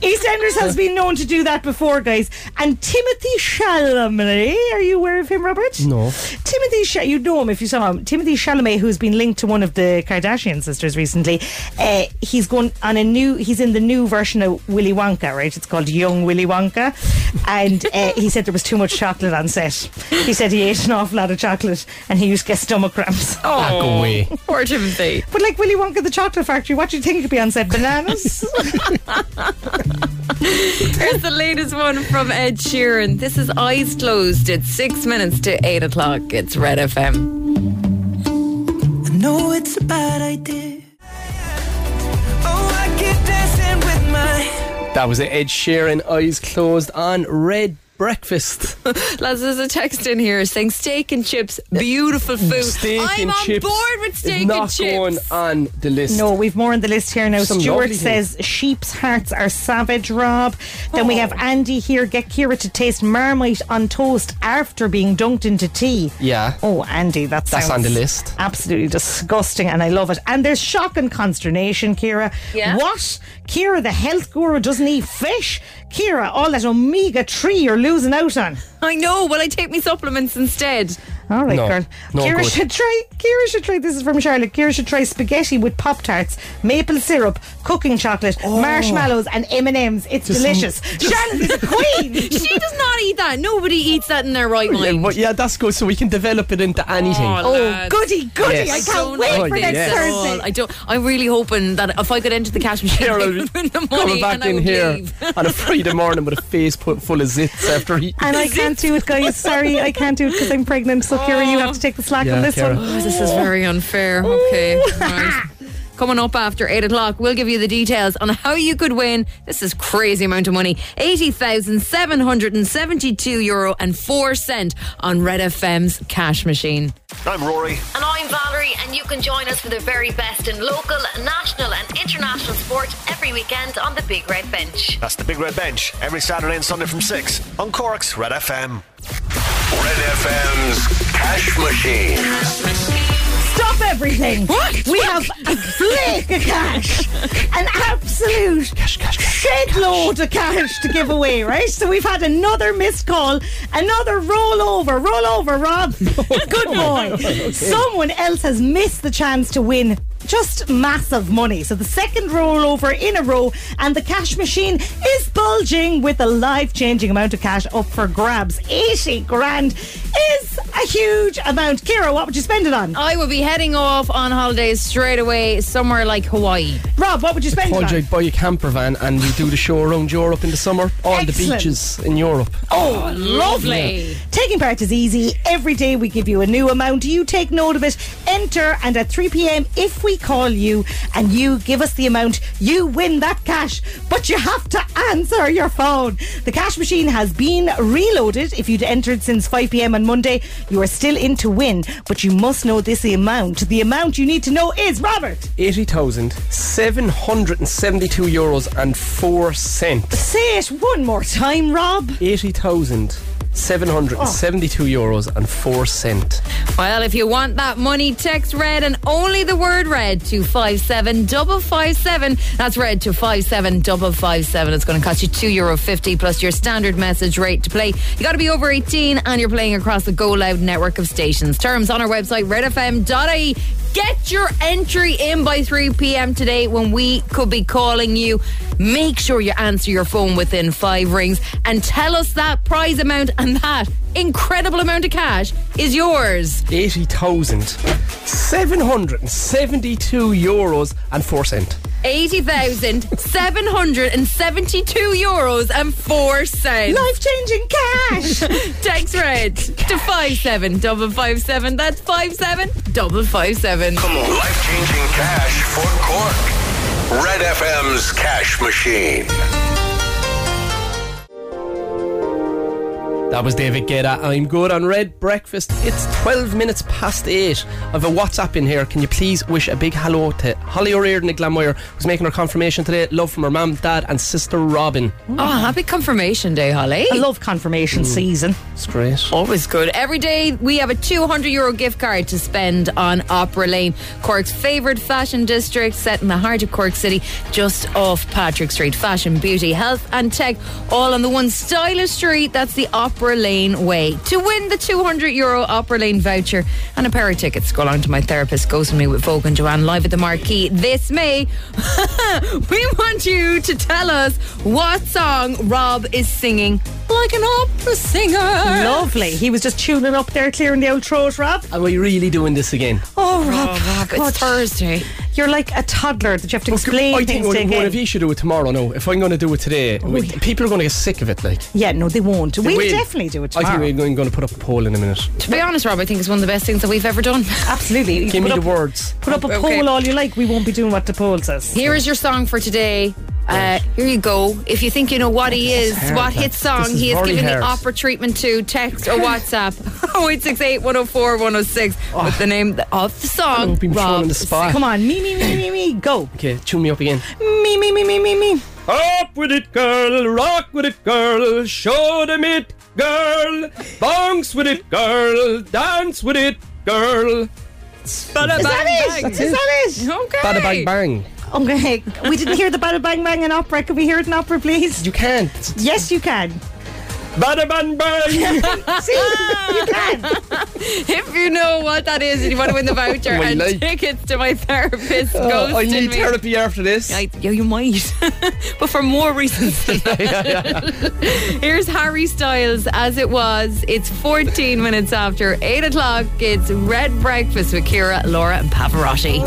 Speaker 3: EastEnders has been known to do that before, guys. And Timothy Chalamet, are you aware of him, Robert?
Speaker 2: No.
Speaker 3: Timothy, Sh- you know him if you saw him. Timothy Chalamet, who's been linked to one of the Kardashian sisters recently, uh, he's going on a new. He's in the new version of Willy Wonka, right? It's called Young Willy Wonka, and uh, he said there was too much chocolate on set. He said he ate an awful lot of chocolate, and he used to get stomach cramps. Oh.
Speaker 2: Back away.
Speaker 4: Poor Timothy.
Speaker 3: But like Willy Wonka, the chocolate factory, what do you think could be on set? Bananas?
Speaker 4: Here's the latest one from Ed Sheeran. This is Eyes Closed. It's six minutes to eight o'clock. It's Red FM.
Speaker 13: I know it's a bad idea. Oh, I get dancing with my.
Speaker 2: That was it. Ed Sheeran, eyes closed on Red Breakfast.
Speaker 4: Lads, there's a text in here saying steak and chips, beautiful food.
Speaker 2: Steak
Speaker 4: I'm
Speaker 2: and
Speaker 4: on
Speaker 2: chips
Speaker 4: board with
Speaker 2: is
Speaker 4: steak
Speaker 2: not
Speaker 4: and chips.
Speaker 2: going on the list.
Speaker 3: No, we've more on the list here now.
Speaker 2: Some
Speaker 3: Stuart
Speaker 2: lovely things.
Speaker 3: says sheep's hearts are savage, Rob. Then we
Speaker 2: Oh.
Speaker 3: have Andy here. Get Kira to taste marmite on toast after being dunked into tea.
Speaker 2: Yeah.
Speaker 3: Oh, Andy, that
Speaker 2: That's
Speaker 3: sounds
Speaker 2: on the list.
Speaker 3: Absolutely disgusting, and I love it. And there's shock and consternation, Kira.
Speaker 4: Yeah.
Speaker 3: What? Kira, the health guru, doesn't eat fish? Kira, all that omega 3 you're losing out on.
Speaker 4: I know. Well, I take me supplements instead.
Speaker 3: All right,
Speaker 4: No.
Speaker 3: girl.
Speaker 4: No
Speaker 3: Kira
Speaker 4: good.
Speaker 3: should try. Kira should try. This is from Charlotte. Kira should try spaghetti with pop tarts, maple syrup, cooking chocolate, marshmallows, and M and M's. It's delicious. Charlotte is a queen.
Speaker 4: she does not eat that. Nobody eats that in their right
Speaker 2: Yeah,
Speaker 4: mind.
Speaker 2: but yeah, that's good. So we can develop it into anything.
Speaker 4: Oh,
Speaker 3: goody,
Speaker 2: goody, Yes. I can't wait for next Thursday.
Speaker 4: I don't. I'm really hoping that if I could enter the cash
Speaker 2: <laughs>
Speaker 4: machine, I would win the
Speaker 2: Coming
Speaker 4: money
Speaker 2: back
Speaker 4: and I
Speaker 2: in
Speaker 4: would
Speaker 2: here
Speaker 4: leave. <laughs> Oh,
Speaker 2: <laughs> on a Friday morning with a face put full of zits after he.
Speaker 3: And I can't do it, guys. Sorry, I can't do it because I'm pregnant. So Kira, you have to take the slack
Speaker 2: Yeah,
Speaker 3: on this
Speaker 2: Kira.
Speaker 3: one.
Speaker 2: Oh,
Speaker 4: this is very unfair. Okay. right. Coming up after 8 o'clock, we'll give you the details on how you could win. This is crazy amount of money. 80,772 euro and 4 cent on Red FM's cash machine.
Speaker 14: I'm Rory.
Speaker 1: And I'm Valerie, and you can join us for the very best in local, national, and international sport every weekend on the Big Red Bench.
Speaker 14: That's the Big Red Bench every Saturday and Sunday from 6 on Cork's Red FM.
Speaker 7: Red FM's Cash Machine.
Speaker 3: Stop everything. What? We have a flake of cash. An absolute shed load of cash to give away, right? So we've had another missed call, another rollover. Rollover, Rob. Good boy. Someone else has missed the chance to win just massive money. So the second rollover in a row, and the cash machine is bulging with a life changing amount of cash up for grabs. 80 grand is a huge amount. Kira, what would you spend it on?
Speaker 4: I will be heading off on holidays straight away somewhere like Hawaii.
Speaker 3: Rob, what would you spend
Speaker 2: Told
Speaker 3: it
Speaker 2: you
Speaker 3: on?
Speaker 2: I'd buy a camper van and we do the show around Europe in the summer. All the
Speaker 3: Excellent.
Speaker 2: beaches in Europe.
Speaker 3: Oh,
Speaker 2: lovely.
Speaker 3: Taking part is easy. Every day we give you a new amount. You take note of it, enter, and at 3 p.m., if we call you and you give us the amount, you win that cash. But you have to answer your phone. The cash machine has been reloaded. If you'd entered since 5 p.m. on Monday, you are still in to win, but you must know this amount. The amount you need to know is Robert.
Speaker 2: 80,772 euros and 4 cents.
Speaker 3: Say it one more time, Rob.
Speaker 2: 80,772 euros and 4 cents.
Speaker 4: Well, if you want that money, text red and only the word red to 57557. That's red to 57557. It's going to cost you €2.50 plus your standard message rate to play. You got to be over 18 and you're playing across the Go Loud network of stations. Terms on our website, redfm.ie. Get your entry in by 3 p.m. today when we could be calling you. Make sure you answer your phone within five rings and tell us that prize amount and that incredible amount of cash is yours.
Speaker 2: 80,772 euros and 4 cents.
Speaker 4: 80,772 euros and 4 cents.
Speaker 3: Life changing cash.
Speaker 4: Text red to 57557. That's 57557.
Speaker 7: Come on. Life changing cash for Cork. Red FM's cash machine.
Speaker 2: That was David Guetta. I'm good on Red Breakfast. It's 12 minutes past 8. I've a WhatsApp in here. Can you please wish a big hello to Holly O'Riordan at Glanmire, who's making her confirmation today? Love from her mum, dad, and sister Robin.
Speaker 4: Oh, happy confirmation day, Holly.
Speaker 3: <laughs> I love confirmation season.
Speaker 2: It's great.
Speaker 3: Oh.
Speaker 4: Always good. Every day we have a 200 euro gift card to spend on Opera Lane, Cork's favourite fashion district, set in the heart of Cork City, just off Patrick Street. Fashion, beauty, health, and tech, all on the one stylish street. That's the Opera Lane way. To win the 200 euro Opera Lane voucher and a pair of tickets, go along to my therapist, goes with me with Vogue and Joanne live at the Marquee this May. <laughs> we want you to tell us what song Rob is singing like an opera singer.
Speaker 3: Lovely. He was just tuning up there, clearing the old throat, Rob.
Speaker 2: Are we really doing this again?
Speaker 3: Oh, Rob.
Speaker 4: it's Ah, Thursday.
Speaker 3: You're like a toddler that you have to explain
Speaker 2: I think
Speaker 3: things
Speaker 2: one,
Speaker 3: to
Speaker 2: one
Speaker 3: again.
Speaker 2: of you should do it tomorrow. No, if I'm going to do it today, we- people are going to get sick of it. Like,
Speaker 3: Yeah, no, they won't.
Speaker 2: They
Speaker 3: We'll
Speaker 2: will.
Speaker 3: definitely do it
Speaker 2: I think
Speaker 3: tomorrow.
Speaker 2: we're going, going to put up a poll in a minute.
Speaker 4: To be honest, Rob, I think it's one of the best things that we've ever
Speaker 2: <laughs>
Speaker 4: done.
Speaker 3: Absolutely.
Speaker 2: Give me
Speaker 3: put
Speaker 2: the
Speaker 3: up,
Speaker 2: words.
Speaker 3: Put up a
Speaker 4: Okay.
Speaker 3: poll all you like. We won't be doing what the poll says.
Speaker 4: Here is your song for today. Uh, here you go. If you think you know what he is,
Speaker 3: hard,
Speaker 4: what
Speaker 3: man.
Speaker 4: hit song
Speaker 3: This is
Speaker 4: he is
Speaker 3: very
Speaker 4: giving
Speaker 3: hard.
Speaker 4: the opera treatment to, text
Speaker 2: <laughs>
Speaker 4: or WhatsApp <laughs> 0868 104 106 with the name of the
Speaker 2: I know,
Speaker 4: song.
Speaker 2: Oh. I've been thrown
Speaker 4: Rob,
Speaker 2: on the spot.
Speaker 3: Come on, me, me, me, me, me, go.
Speaker 2: Okay, tune me up again.
Speaker 3: Me, me, me, me, me, me.
Speaker 2: Up with it, girl. Rock with it, girl. Show them it, girl. Bounce with it, girl. Dance with it, girl. Bada
Speaker 3: Is that it? Is that it?
Speaker 4: Okay.
Speaker 2: Bada bang bang.
Speaker 3: <laughs> Okay. We didn't hear the bada bang bang in opera. Can we hear it in opera, please?
Speaker 2: You can't.
Speaker 3: Yes, you can.
Speaker 2: Bada bang bang.
Speaker 3: See, you can.
Speaker 4: If you know what that is and you want to win the voucher
Speaker 2: <laughs> Oh, My
Speaker 4: and
Speaker 2: life.
Speaker 4: tickets to my therapist,
Speaker 2: Oh, I
Speaker 4: ghosted
Speaker 2: need
Speaker 4: me.
Speaker 2: therapy after this.
Speaker 4: I, yeah, you might, <laughs> but for more reasons. than that. Here's Harry Styles as it was. It's 14 minutes after 8 o'clock. It's Red Breakfast with Kira, Laura, and Pavarotti.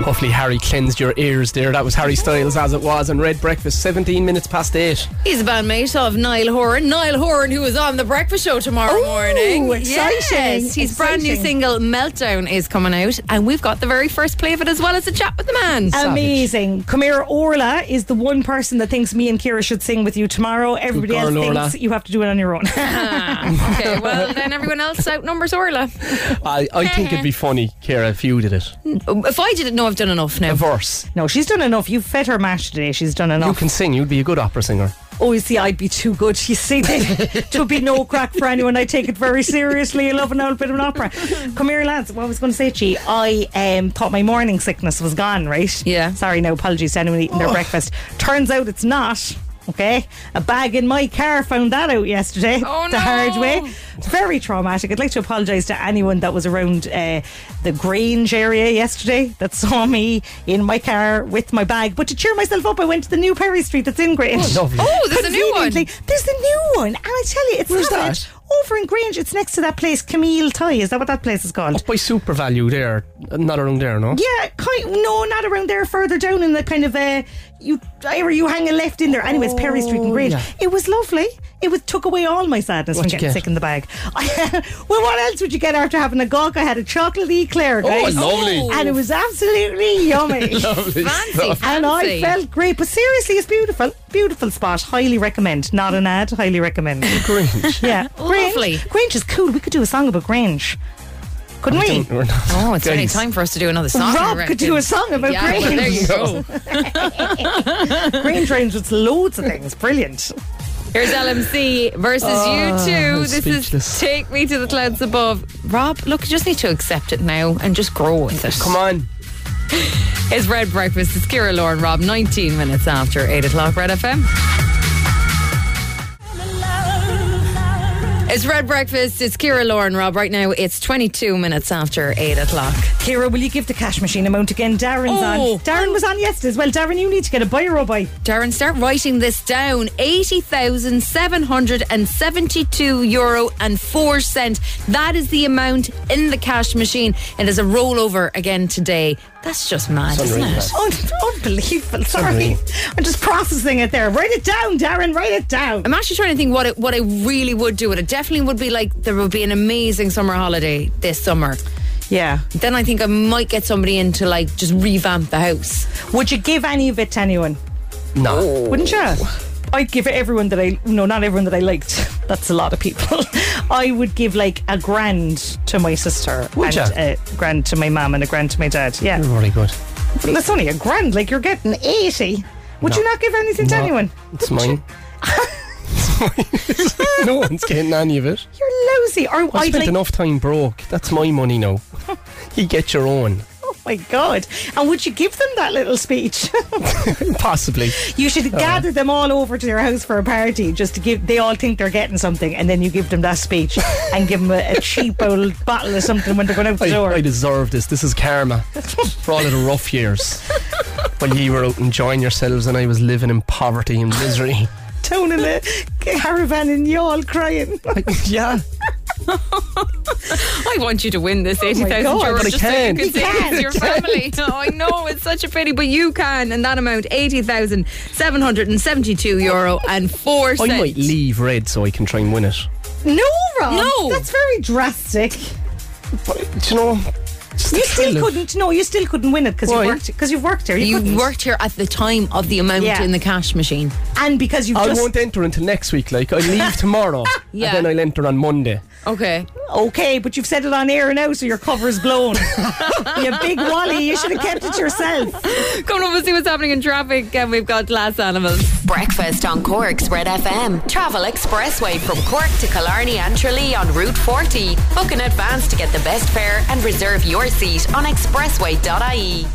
Speaker 2: Hopefully, Harry cleansed your ears there. That was Harry Styles as it was on Red Breakfast, 17 minutes past 8.
Speaker 4: He's a bandmate of Niall Horan. Niall Horan, who is on the breakfast show tomorrow morning.
Speaker 3: exciting,
Speaker 4: Yes, his brand new
Speaker 3: exciting.
Speaker 4: single, Meltdown, is coming out, and we've got the very first play of it as well as a chat with the man.
Speaker 3: Amazing. Kamira Orla is the one person that thinks me and Kira should sing with you tomorrow. Everybody
Speaker 2: girl,
Speaker 3: else
Speaker 2: Orla.
Speaker 3: thinks you have to do it on your own. <laughs>
Speaker 4: <laughs> okay, well, then everyone else outnumbers Orla.
Speaker 2: I, I think it'd be funny, Kira, if you did it.
Speaker 4: If I didn't know, I've done enough now.
Speaker 2: A <laughs> verse.
Speaker 3: no, she's done enough. You fed her mash today. She's done
Speaker 2: You
Speaker 3: enough.
Speaker 2: can sing, you'd be a good opera singer.
Speaker 3: Oh, you see, I'd be too good. You see, <laughs> to be no crack for anyone. I take it very seriously. I love an old bit of an opera. Come here, lads. What I was going to say to you, I um, thought my morning sickness was gone, right?
Speaker 4: Yeah. Oh.
Speaker 3: Sorry, no apologies to anyone eating their breakfast. Turns out it's not. Okay, a bag in my car found that out yesterday
Speaker 4: Oh,
Speaker 3: the hard
Speaker 4: no.
Speaker 3: way. It's very traumatic. I'd like to apologise to anyone that was around uh, the Grange area yesterday that saw me in my car with my bag. But to cheer myself up, I went to the new Perry Street that's in Grange.
Speaker 2: lovely.
Speaker 4: Oh, there's a new one.
Speaker 3: Conveniently, There's a new one. And I tell you, it's
Speaker 2: Where's
Speaker 3: savage.
Speaker 2: that?
Speaker 3: Over in Grange, it's next to that place, Camille Thai. Is that what that place is called?
Speaker 2: Up by super value there. Not around there, no?
Speaker 3: Yeah, kind no, not around there. Further down in the kind of uh, you, where you hang a left in there. Anyways, Perry Street and Grange.
Speaker 2: Oh, yeah.
Speaker 3: It was lovely. It was took away all my sadness
Speaker 2: What'd
Speaker 3: from
Speaker 2: you
Speaker 3: getting
Speaker 2: get?
Speaker 3: sick in the bag. <laughs> well, what else would you get after having a gawk? I had a chocolate eclair, guys.
Speaker 2: lovely.
Speaker 4: Oh.
Speaker 3: and it was absolutely
Speaker 2: <laughs>
Speaker 3: yummy.
Speaker 2: Lovely
Speaker 4: Fancy, fancy.
Speaker 3: And I felt great, but seriously, it's beautiful, beautiful spot. Highly recommend. Not an ad.
Speaker 4: <laughs>
Speaker 3: Highly recommend.
Speaker 2: Grange.
Speaker 3: Yeah, Grange.
Speaker 4: Lovely.
Speaker 3: Grange is cool. We could do a song about Grange, couldn't we?
Speaker 2: Don't- we're not-
Speaker 4: Oh, it's only
Speaker 2: Guys.
Speaker 4: time for us to do another song. I
Speaker 3: Rob could do
Speaker 4: reckon.
Speaker 3: a song about
Speaker 4: Yeah, well, there you
Speaker 3: Grange.
Speaker 4: go.
Speaker 3: Grange range with loads of things. Brilliant.
Speaker 4: Here's LMC versus
Speaker 3: Oh,
Speaker 2: I'm
Speaker 4: you two. This
Speaker 2: speechless.
Speaker 4: is Take Me to the Clouds Above. Rob, look, you just need to accept it now and just grow with it.
Speaker 2: Come on.
Speaker 4: It's Red Breakfast. It's Kira, Lauren, Rob, 19 minutes after 8 o'clock, Red FM. It's Red Breakfast. It's Kira, Lauren, Rob. Right now, it's 22 minutes after 8 o'clock.
Speaker 3: Kira, will you give the cash machine amount again? Darren's
Speaker 4: Oh.
Speaker 3: on. Darren was on yesterday as well. Darren, you need to get a buyer or buy.
Speaker 4: Darren, start writing this down. Eighty thousand seven hundred and seventy-two euro and four cent. That is the amount in the cash machine. It is a rollover again today. That's just mad,
Speaker 3: It's
Speaker 4: isn't
Speaker 3: unreal,
Speaker 4: it?
Speaker 3: unbelievable. Sorry.
Speaker 4: unreal.
Speaker 3: I'm just processing it there. Write it down, Darren. Write it down.
Speaker 4: I'm actually trying to think what it, what I really would do. And it definitely would be like there would be an amazing summer holiday this summer.
Speaker 3: Yeah.
Speaker 4: Then I think I might get somebody in to like just revamp the house.
Speaker 3: Would you give any of it to anyone?
Speaker 2: No.
Speaker 3: Wouldn't you? I'd give everyone that I no, not everyone that I liked. That's a lot of people. <laughs> I would give like a grand to my sister,
Speaker 2: Would ya?
Speaker 3: and a grand to my mum, and a grand to my dad. Yeah,
Speaker 2: You're very good.
Speaker 3: but that's only a grand. Like you're getting eighty. Would
Speaker 2: No.
Speaker 3: you not give anything to
Speaker 2: No.
Speaker 3: anyone?
Speaker 2: It's
Speaker 3: <laughs>
Speaker 2: mine. it's mine. <laughs> no one's getting any of it.
Speaker 3: You're lousy. Or
Speaker 2: I
Speaker 3: I'd
Speaker 2: spent
Speaker 3: Oh, like.
Speaker 2: enough time broke. That's my money
Speaker 3: <laughs>
Speaker 2: now. you get your own.
Speaker 3: Oh my god! And would you give them that little speech? <laughs>
Speaker 2: Possibly.
Speaker 3: you should
Speaker 2: Uh,
Speaker 3: gather them all over to your house for a party, just to give. They all think they're getting something, and then you give them that
Speaker 2: <laughs>
Speaker 3: speech and give them a, a cheap old bottle of something when they're going out the
Speaker 2: I,
Speaker 3: door.
Speaker 2: I deserve this. This is
Speaker 3: <laughs>
Speaker 2: karma for all of the rough years when you were out enjoying yourselves and I was living in poverty and
Speaker 3: <laughs>
Speaker 2: misery.
Speaker 3: Tone in a <laughs> caravan and you all crying.
Speaker 2: yeah.
Speaker 4: I want you to win this eighty thousand
Speaker 3: God,
Speaker 4: euros
Speaker 3: but I
Speaker 4: just so you
Speaker 3: can't.
Speaker 4: can
Speaker 3: You
Speaker 4: say
Speaker 3: can't,
Speaker 4: to your
Speaker 3: you can't.
Speaker 4: family. <laughs> No, I know it's such a pity, but you can. And that amount eighty thousand seven hundred and seventy-two euro and four
Speaker 2: I
Speaker 4: cents.
Speaker 2: might leave red so I can try and win it.
Speaker 3: <laughs> No, Rob.
Speaker 4: No.
Speaker 3: That's very drastic.
Speaker 2: But, you know,
Speaker 3: You
Speaker 2: thrill
Speaker 3: still
Speaker 2: of-
Speaker 3: couldn't. No, you still couldn't win it because you
Speaker 2: Why?
Speaker 3: worked. Because you've worked there. You,
Speaker 4: You
Speaker 3: couldn't.
Speaker 4: worked here at the time of the amount
Speaker 3: Yeah.
Speaker 4: in the cash machine.
Speaker 3: and because you
Speaker 2: I
Speaker 3: just
Speaker 2: won't enter until next week. Like I
Speaker 3: <laughs>
Speaker 2: leave tomorrow,
Speaker 4: Yeah.
Speaker 2: and then I'll enter on Monday.
Speaker 4: Okay.
Speaker 3: Okay, but you've said it on air now, so your cover's <laughs> blown. you big wally. You should have kept it yourself.
Speaker 4: Coming up, we'll see what's happening in traffic, and we've got glass animals.
Speaker 1: Breakfast on Cork's Red FM. Travel expressway from Cork to Killarney and Tralee on Route 40. Book in advance to get the best fare and reserve your seat on expressway.ie.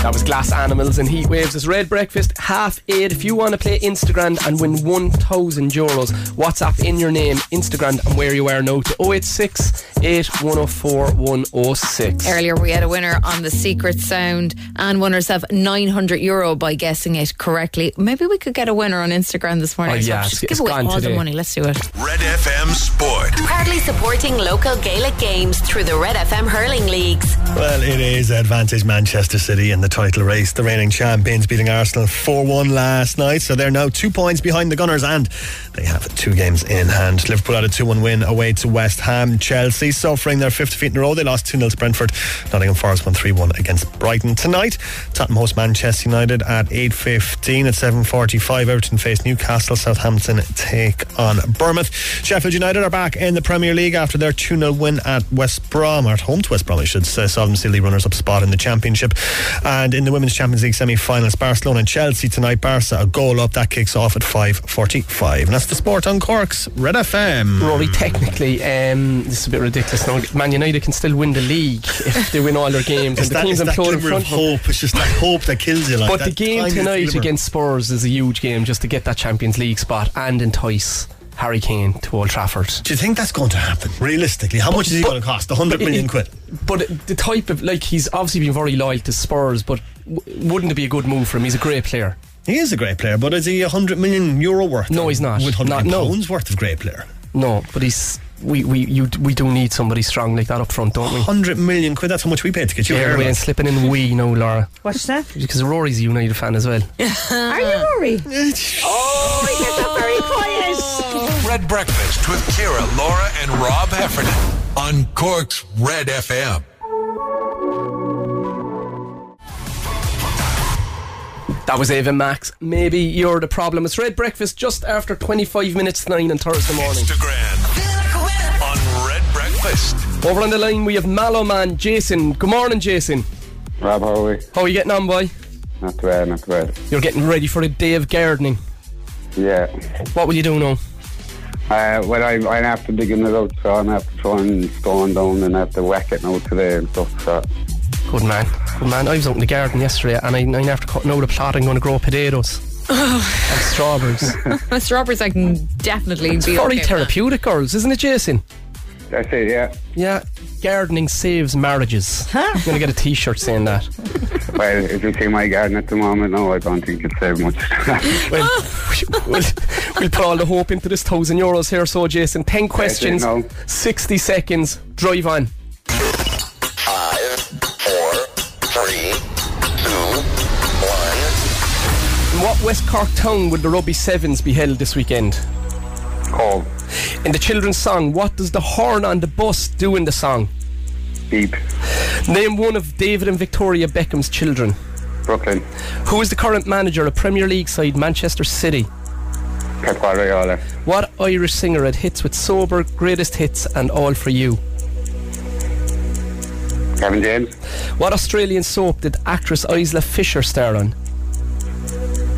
Speaker 2: That was Glass Animals and Heat Waves. It's Red Breakfast, half eight. If you want to play Instagram and win 1,000 euros, WhatsApp in your name, Instagram and where you are now to 086 8104 106.
Speaker 4: Earlier, we had a winner on the secret sound and won herself 900 euro by guessing it correctly. Maybe we could get a winner on Instagram this morning.
Speaker 2: Oh,
Speaker 4: So
Speaker 2: yeah,
Speaker 4: just
Speaker 2: it's-
Speaker 4: give
Speaker 2: it's
Speaker 4: away
Speaker 2: gone
Speaker 4: all the
Speaker 2: today.
Speaker 4: money. Let's do it.
Speaker 7: Red FM Sport.
Speaker 1: Proudly supporting local Gaelic games through the Red FM Hurling Leagues.
Speaker 12: Well, it is advantage Manchester City in the title race. The reigning champions beating Arsenal 4 1 last night, so they're now two points behind the Gunners and they have two games in hand. Liverpool had a 2 1 win away to West Ham. Chelsea suffering their fifth defeat in a row. They lost 2 0 to Brentford. Nottingham Forest won 3 1 against Brighton. Tonight, Tottenham host Manchester United at 8.15. At 7.45, Everton face Newcastle. Southampton take on Bournemouth. Sheffield United are back in the Premier League after their 2 0 win at West Brom, or at home to West Brom, I should say. Saw them steal the runners up spot in the Championship. And in the Women's Champions League semi finals, Barcelona and Chelsea tonight. Barca a goal up. That kicks off at 5.45. And that's the sport on Cork's Red FM.
Speaker 2: Rory, technically, um, this is a bit ridiculous. Now, Man United can still win the league if they win all their
Speaker 12: <laughs>
Speaker 2: games, and
Speaker 12: It's
Speaker 2: the
Speaker 12: that,
Speaker 2: teams
Speaker 12: it's that
Speaker 2: employed in
Speaker 12: glimmer of
Speaker 2: front of them.
Speaker 12: hope. It's just that hope that kills you. Like
Speaker 2: But
Speaker 12: that
Speaker 2: the game
Speaker 12: tiniest
Speaker 2: tonight
Speaker 12: glimmer.
Speaker 2: against Spurs is a huge game just to get that Champions League spot and entice Harry Kane to Old Trafford.
Speaker 12: Do you think that's going to happen? Realistically, how much is he going to cost? A hundred
Speaker 2: but
Speaker 12: million
Speaker 2: it-
Speaker 12: quid.
Speaker 2: But the type of like he's obviously been very loyal to Spurs, but w- wouldn't it be a good move for him? He's a great player.
Speaker 12: He is a great player, but is he a hundred million euro worth?
Speaker 2: No, he's not.
Speaker 12: With hundred
Speaker 2: Not-
Speaker 12: million
Speaker 2: no.
Speaker 12: pounds worth of great player.
Speaker 2: No, but he's we we you we do need somebody strong like that up front, don't we?
Speaker 12: Hundred million quid. That's how much we paid to get you
Speaker 2: Yeah,
Speaker 12: here.
Speaker 2: we ain't slipping in we no, Laura,
Speaker 3: What's that?
Speaker 2: because Rory's a United fan as well.
Speaker 3: Are you <laughs> worried? Uh-huh. oh, he gets up very quiet.
Speaker 7: Red Breakfast with Kira, Laura, and Rob Heffernan on Cork's Red FM.
Speaker 2: That was Ava Max. Maybe you're the problem. It's Red Breakfast just after 25 minutes to nine on Thursday morning.
Speaker 7: Instagram on Red Breakfast.
Speaker 2: Over on the line we have Mallow Man Jason. Good morning, Jason.
Speaker 15: Rob, how are we?
Speaker 2: How are you getting on, boy?
Speaker 15: Not too bad, not too bad.
Speaker 2: You're getting ready for a day of gardening.
Speaker 15: Yeah.
Speaker 2: What will you do now?
Speaker 15: Uh, well, I, I'm after digging it out, so I'm after throwing stone down and after whack it now today and stuff. So.
Speaker 2: Good man. Good man. I was out in the garden yesterday and I, I after cutting out a plot I'm going to grow potatoes. and strawberries.
Speaker 4: My strawberries, I can definitely
Speaker 2: It's
Speaker 4: be
Speaker 2: very
Speaker 4: okay with.
Speaker 2: therapeutic, girls, isn't it, Jason?
Speaker 15: That's it, yeah.
Speaker 2: Yeah, gardening saves marriages. I'm gonna get a T-shirt saying that.
Speaker 15: Well, if you see my garden at the moment, no, I don't think it's very much. <laughs>
Speaker 2: Well, we'll, <laughs> we'll put all the hope into this thousand euros here. So, Jason, ten questions,
Speaker 15: no.
Speaker 2: sixty seconds. Drive on.
Speaker 13: Five, four, three, two,
Speaker 2: In what West Cork town will the Rugby Sevens be held this weekend?
Speaker 15: Cove.
Speaker 2: In the children's song, what does the horn on the bus do in the song?
Speaker 15: Beep.
Speaker 2: Name one of David and Victoria Beckham's children.
Speaker 15: Brooklyn.
Speaker 2: Who is the current manager of Premier League side Manchester City?
Speaker 15: Pep Guardiola.
Speaker 2: What Irish singer had hits with Sober, Greatest Hits, and All For You?
Speaker 15: Kevin James.
Speaker 2: What Australian soap did actress Isla Fisher star on?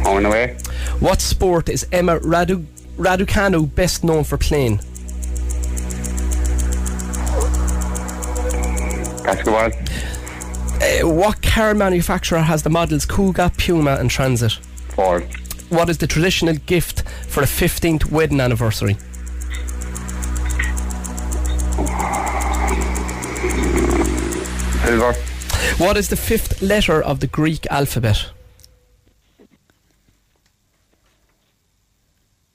Speaker 15: Home and away.
Speaker 2: What sport is Emma Radu- Raducanu best known for playing?
Speaker 15: Basketball.
Speaker 2: Uh, what car manufacturer has the models Kuga, Puma, and Transit?
Speaker 15: Ford.
Speaker 2: What is the traditional gift for a 15th wedding anniversary?
Speaker 15: Silver.
Speaker 2: What is the fifth letter of the Greek alphabet?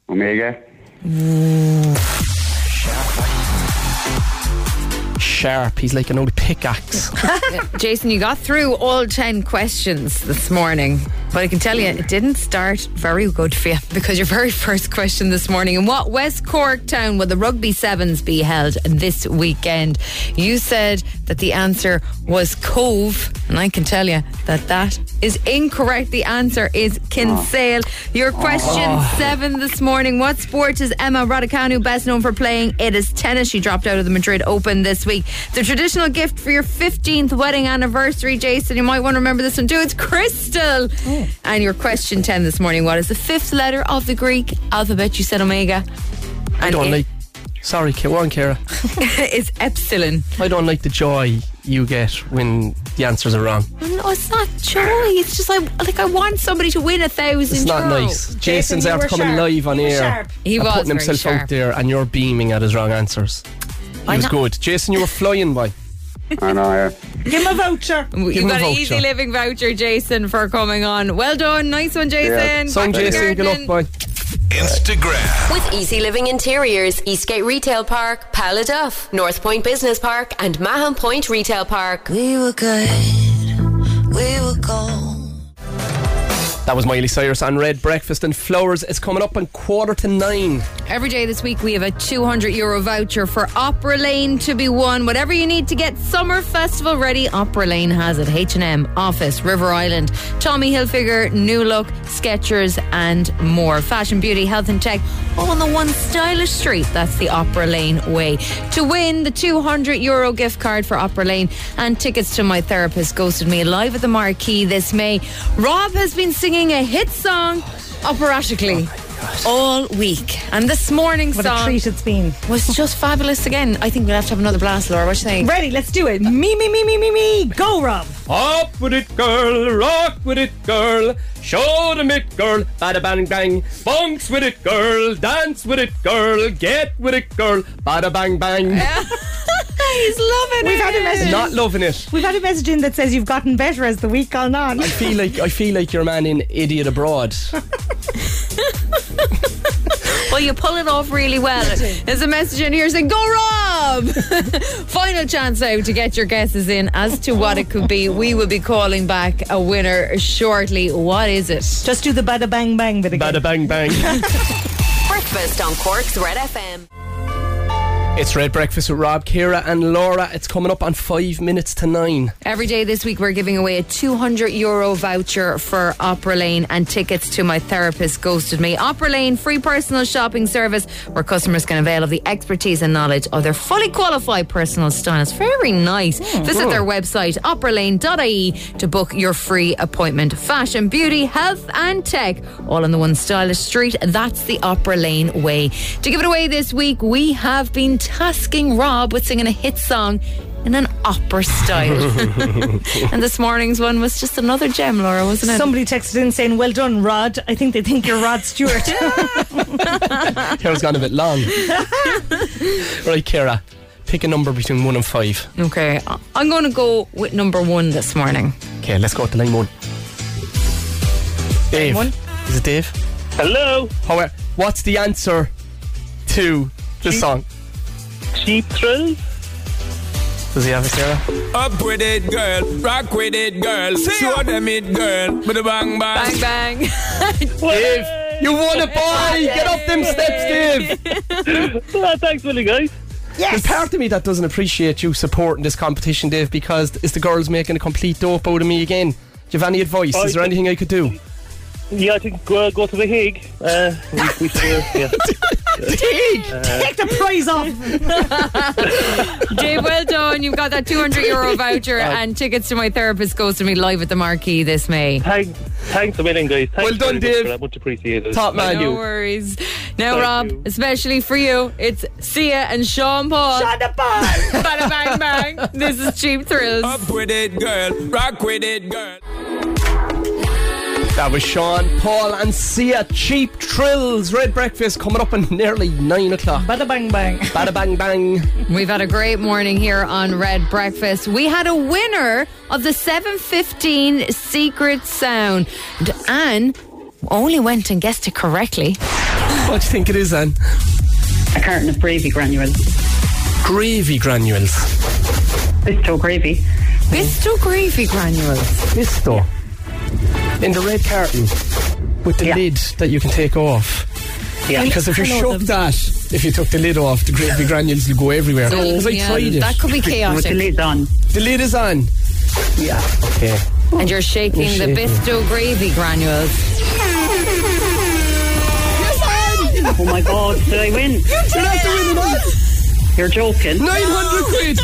Speaker 15: Omega.
Speaker 2: Sharp. He's like an old pickaxe.
Speaker 4: Yeah, Jason, you got through all 10 questions this morning, but I can tell you it didn't start very good for you because your very first question this morning in what West Cork town will the Rugby Sevens be held this weekend? You said that the answer was Cove, and I can tell you that that is incorrect. The answer is Kinsale. Your question
Speaker 2: Ah.
Speaker 13: Oh.
Speaker 4: seven this morning. What sport is Emma Raducanu best known for playing? It is tennis. She dropped out of the Madrid Open this week. The traditional gift for your 15th wedding anniversary, Jason, you might want to remember this one too. It's crystal.
Speaker 2: Oh.
Speaker 4: And your question 10 this morning. What is the fifth letter of the Greek alphabet? You said omega.
Speaker 2: I don't like. Sorry, Ki- go on, Kira.
Speaker 4: <laughs> it's epsilon.
Speaker 2: I don't like the joy you get when the answers are wrong.
Speaker 4: No, Oh, it's not joy. It's just like, like I want somebody to win a thousand
Speaker 2: It's not
Speaker 4: euro.
Speaker 2: nice. Jason's after coming live on air.
Speaker 4: He
Speaker 2: and
Speaker 4: was
Speaker 2: putting
Speaker 4: very
Speaker 2: himself
Speaker 4: sharp.
Speaker 2: out there, and you're beaming at his wrong answers. He
Speaker 4: I'm
Speaker 2: was
Speaker 4: not-
Speaker 2: good, Jason. You were flying by.
Speaker 15: I know. Yeah.
Speaker 3: Give him a voucher.
Speaker 2: Give
Speaker 4: You
Speaker 2: him a
Speaker 4: got an
Speaker 2: voucher.
Speaker 4: easy living voucher, Jason, for coming on. Well done. Nice one, Jason.
Speaker 2: Song
Speaker 4: Back to
Speaker 2: Jason, good
Speaker 4: gardening.
Speaker 2: luck, boy.
Speaker 7: Instagram.
Speaker 1: With Easy Living Interiors, Eastgate Retail Park, Paladuff, North Point Business Park, and Mahon Point Retail Park. We were good. We were gold.
Speaker 2: That was Miley Cyrus on Red Breakfast and Flowers. It's coming up on quarter to nine.
Speaker 4: Every day this week, we have a 200 euro voucher for Opera Lane to be won. Whatever you need to get summer festival ready, Opera Lane has it. H&M, Office, River Island, Tommy Hilfiger, New Look, Skechers, and more. Fashion, beauty, health, and tech, all on the one stylish street. That's the Opera Lane way. To win the 200 euro gift card for Opera Lane and tickets to My Therapist Ghosted Me live at the Marquee this May, Rob has been singing a hit song operatically all week. And this morning's
Speaker 3: What a
Speaker 4: song
Speaker 3: treat
Speaker 4: it's been. was just fabulous again. I think we'll have to have another blast, Laura. What do you think?
Speaker 3: Ready, let's do it. Me, me, me, me, me, me. Go, Rob.
Speaker 2: Up with it, girl. Rock with it, girl. Show them it, girl. Bada bang bang. Bounce with it, girl. Dance with it, girl. Get with it, girl. Bada bang bang.
Speaker 4: He's loving
Speaker 3: We've
Speaker 4: it.
Speaker 3: had a message.
Speaker 2: Not loving it.
Speaker 3: We've had a message in that says you've gotten better as the week gone on.
Speaker 2: I feel like I feel like your man in Idiot Abroad.
Speaker 4: Well, you pull it off really well. There's a message in here saying, Go Rob! <laughs> Final chance now to get your guesses in as to what it could be. We will be calling back a winner shortly. What is it?
Speaker 3: Just do the bada bang bang bit again.
Speaker 2: Bada bang bang.
Speaker 1: Breakfast on Cork's Red FM.
Speaker 2: <laughs> it's Red Breakfast with Rob, Kira, and Laura. It's coming up on five minutes to nine.
Speaker 4: Every day this week, we're giving away a 200 euro voucher for Opera Lane and tickets to My Therapist Ghosted Me. Opera Lane, free personal shopping service where customers can avail of the expertise and knowledge of their fully qualified personal stylists. Very nice. Visit their website, operalane.ie, to book your free appointment. Fashion, beauty, health, and tech, all on the one stylish street. That's the Opera Lane way. To give it away this week, we have been tasking Rob with singing a hit song in an opera style. and this morning's one was just another gem, Laura, wasn't it?
Speaker 3: Somebody texted in saying, Well done, Rod. I think they think you're Rod Stewart. <laughs>
Speaker 2: Kara's gone a bit long. right, Kara, pick a number between one and five.
Speaker 4: Okay, I- I'm going to go with number one this morning.
Speaker 2: Okay, let's go to line one. Dave, is it Dave?
Speaker 9: Hello.
Speaker 2: How are, what's the answer to the song?
Speaker 9: Cheap thrill.
Speaker 2: Does he have it, Sarah?
Speaker 16: Up with it, girl. Rock with it, girl. Show them it, girl. With a bang bang.
Speaker 4: Bang bang.
Speaker 2: Dave, you won it, boy! Get off them <laughs> steps, Dave!
Speaker 9: thanks, Willie, guys.
Speaker 2: There's part of me that doesn't appreciate you supporting this competition, Dave, because it's the girls making a complete dope out of me again. Do you have any advice?
Speaker 9: I
Speaker 2: Is there
Speaker 9: think-
Speaker 2: anything I could do?
Speaker 9: Yeah, I think go, go to the Hague. Uh, we, we should,
Speaker 2: <laughs>
Speaker 9: yeah.
Speaker 2: Take,
Speaker 3: take the prize off.
Speaker 4: Dave, well done. You've got that 200 euro voucher
Speaker 9: Right.
Speaker 4: and tickets to my therapist goes to me live at the Marquee this May.
Speaker 9: Thanks, thanks a million, guys. Thanks
Speaker 4: Well done,
Speaker 9: very much
Speaker 4: Dave.
Speaker 9: for that. Much appreciated. Thank
Speaker 4: No
Speaker 9: you.
Speaker 4: worries. Now,
Speaker 9: Thank
Speaker 4: Rob, especially for you, it's Sia and Sean Paul. Sean Paul. Bada bang bang. This is Cheap Thrills.
Speaker 16: Up with it, girl. Rock with it, girl.
Speaker 2: That was Sean, Paul, and Sia. Cheap Trills. Red Breakfast coming up in nearly 9 o'clock.
Speaker 3: Bada bang bang.
Speaker 2: Bada bang bang.
Speaker 4: We've had a great morning here on Red Breakfast. We had a winner of the 715 Secret Sound. And Anne only went and guessed it correctly.
Speaker 2: What do you think it is, Anne?
Speaker 17: A carton of gravy granules.
Speaker 2: Gravy granules.
Speaker 17: Bisto gravy.
Speaker 4: Bisto gravy granules.
Speaker 2: Bisto. In the red carton with the lid that you can take off.
Speaker 4: Yeah.
Speaker 2: Because if you
Speaker 4: I know
Speaker 2: shook
Speaker 4: them.
Speaker 2: that, if you took the lid off, the gravy granules will go everywhere.
Speaker 4: So,
Speaker 2: Because I
Speaker 4: yeah,
Speaker 2: tried it.
Speaker 4: that could be With the chaotic. lid
Speaker 17: on.
Speaker 2: The lid is on. Yeah. Okay.
Speaker 4: And you're shaking
Speaker 2: You're
Speaker 4: the
Speaker 2: shaking.
Speaker 4: Bisto gravy granules.
Speaker 17: Oh my god, did I win? You
Speaker 2: did have to win
Speaker 17: You're joking.
Speaker 2: 900 quid!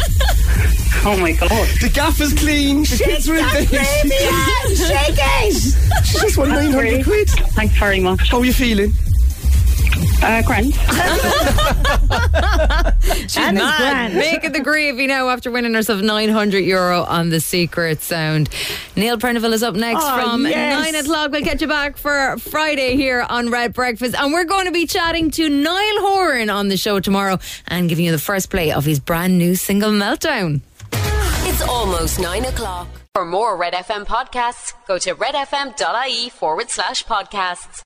Speaker 17: Oh my god.
Speaker 2: The gaff is clean. She
Speaker 17: Shake
Speaker 2: gets rid of
Speaker 17: that
Speaker 2: it.
Speaker 17: gravy, Anne,
Speaker 2: <laughs>
Speaker 17: shake
Speaker 2: it. She just won
Speaker 17: That's
Speaker 2: 900
Speaker 17: great.
Speaker 2: quid.
Speaker 17: Thanks very much.
Speaker 2: How are you feeling?
Speaker 17: Uh, grand.
Speaker 4: She's
Speaker 17: Anne is
Speaker 4: mad.
Speaker 17: grand.
Speaker 4: Making the gravy now after winning herself 900 euro on the secret sound. Neil Preneville is up next
Speaker 17: Oh,
Speaker 4: from
Speaker 17: yes.
Speaker 4: 9 o'clock. We'll get you back for Friday here on Red Breakfast. And we're going to be chatting to Niall Horan on the show tomorrow and giving you the first play of his brand new single Meltdown.
Speaker 1: It's almost nine o'clock. For more Red FM podcasts, go to redfm.ie forward slash podcasts.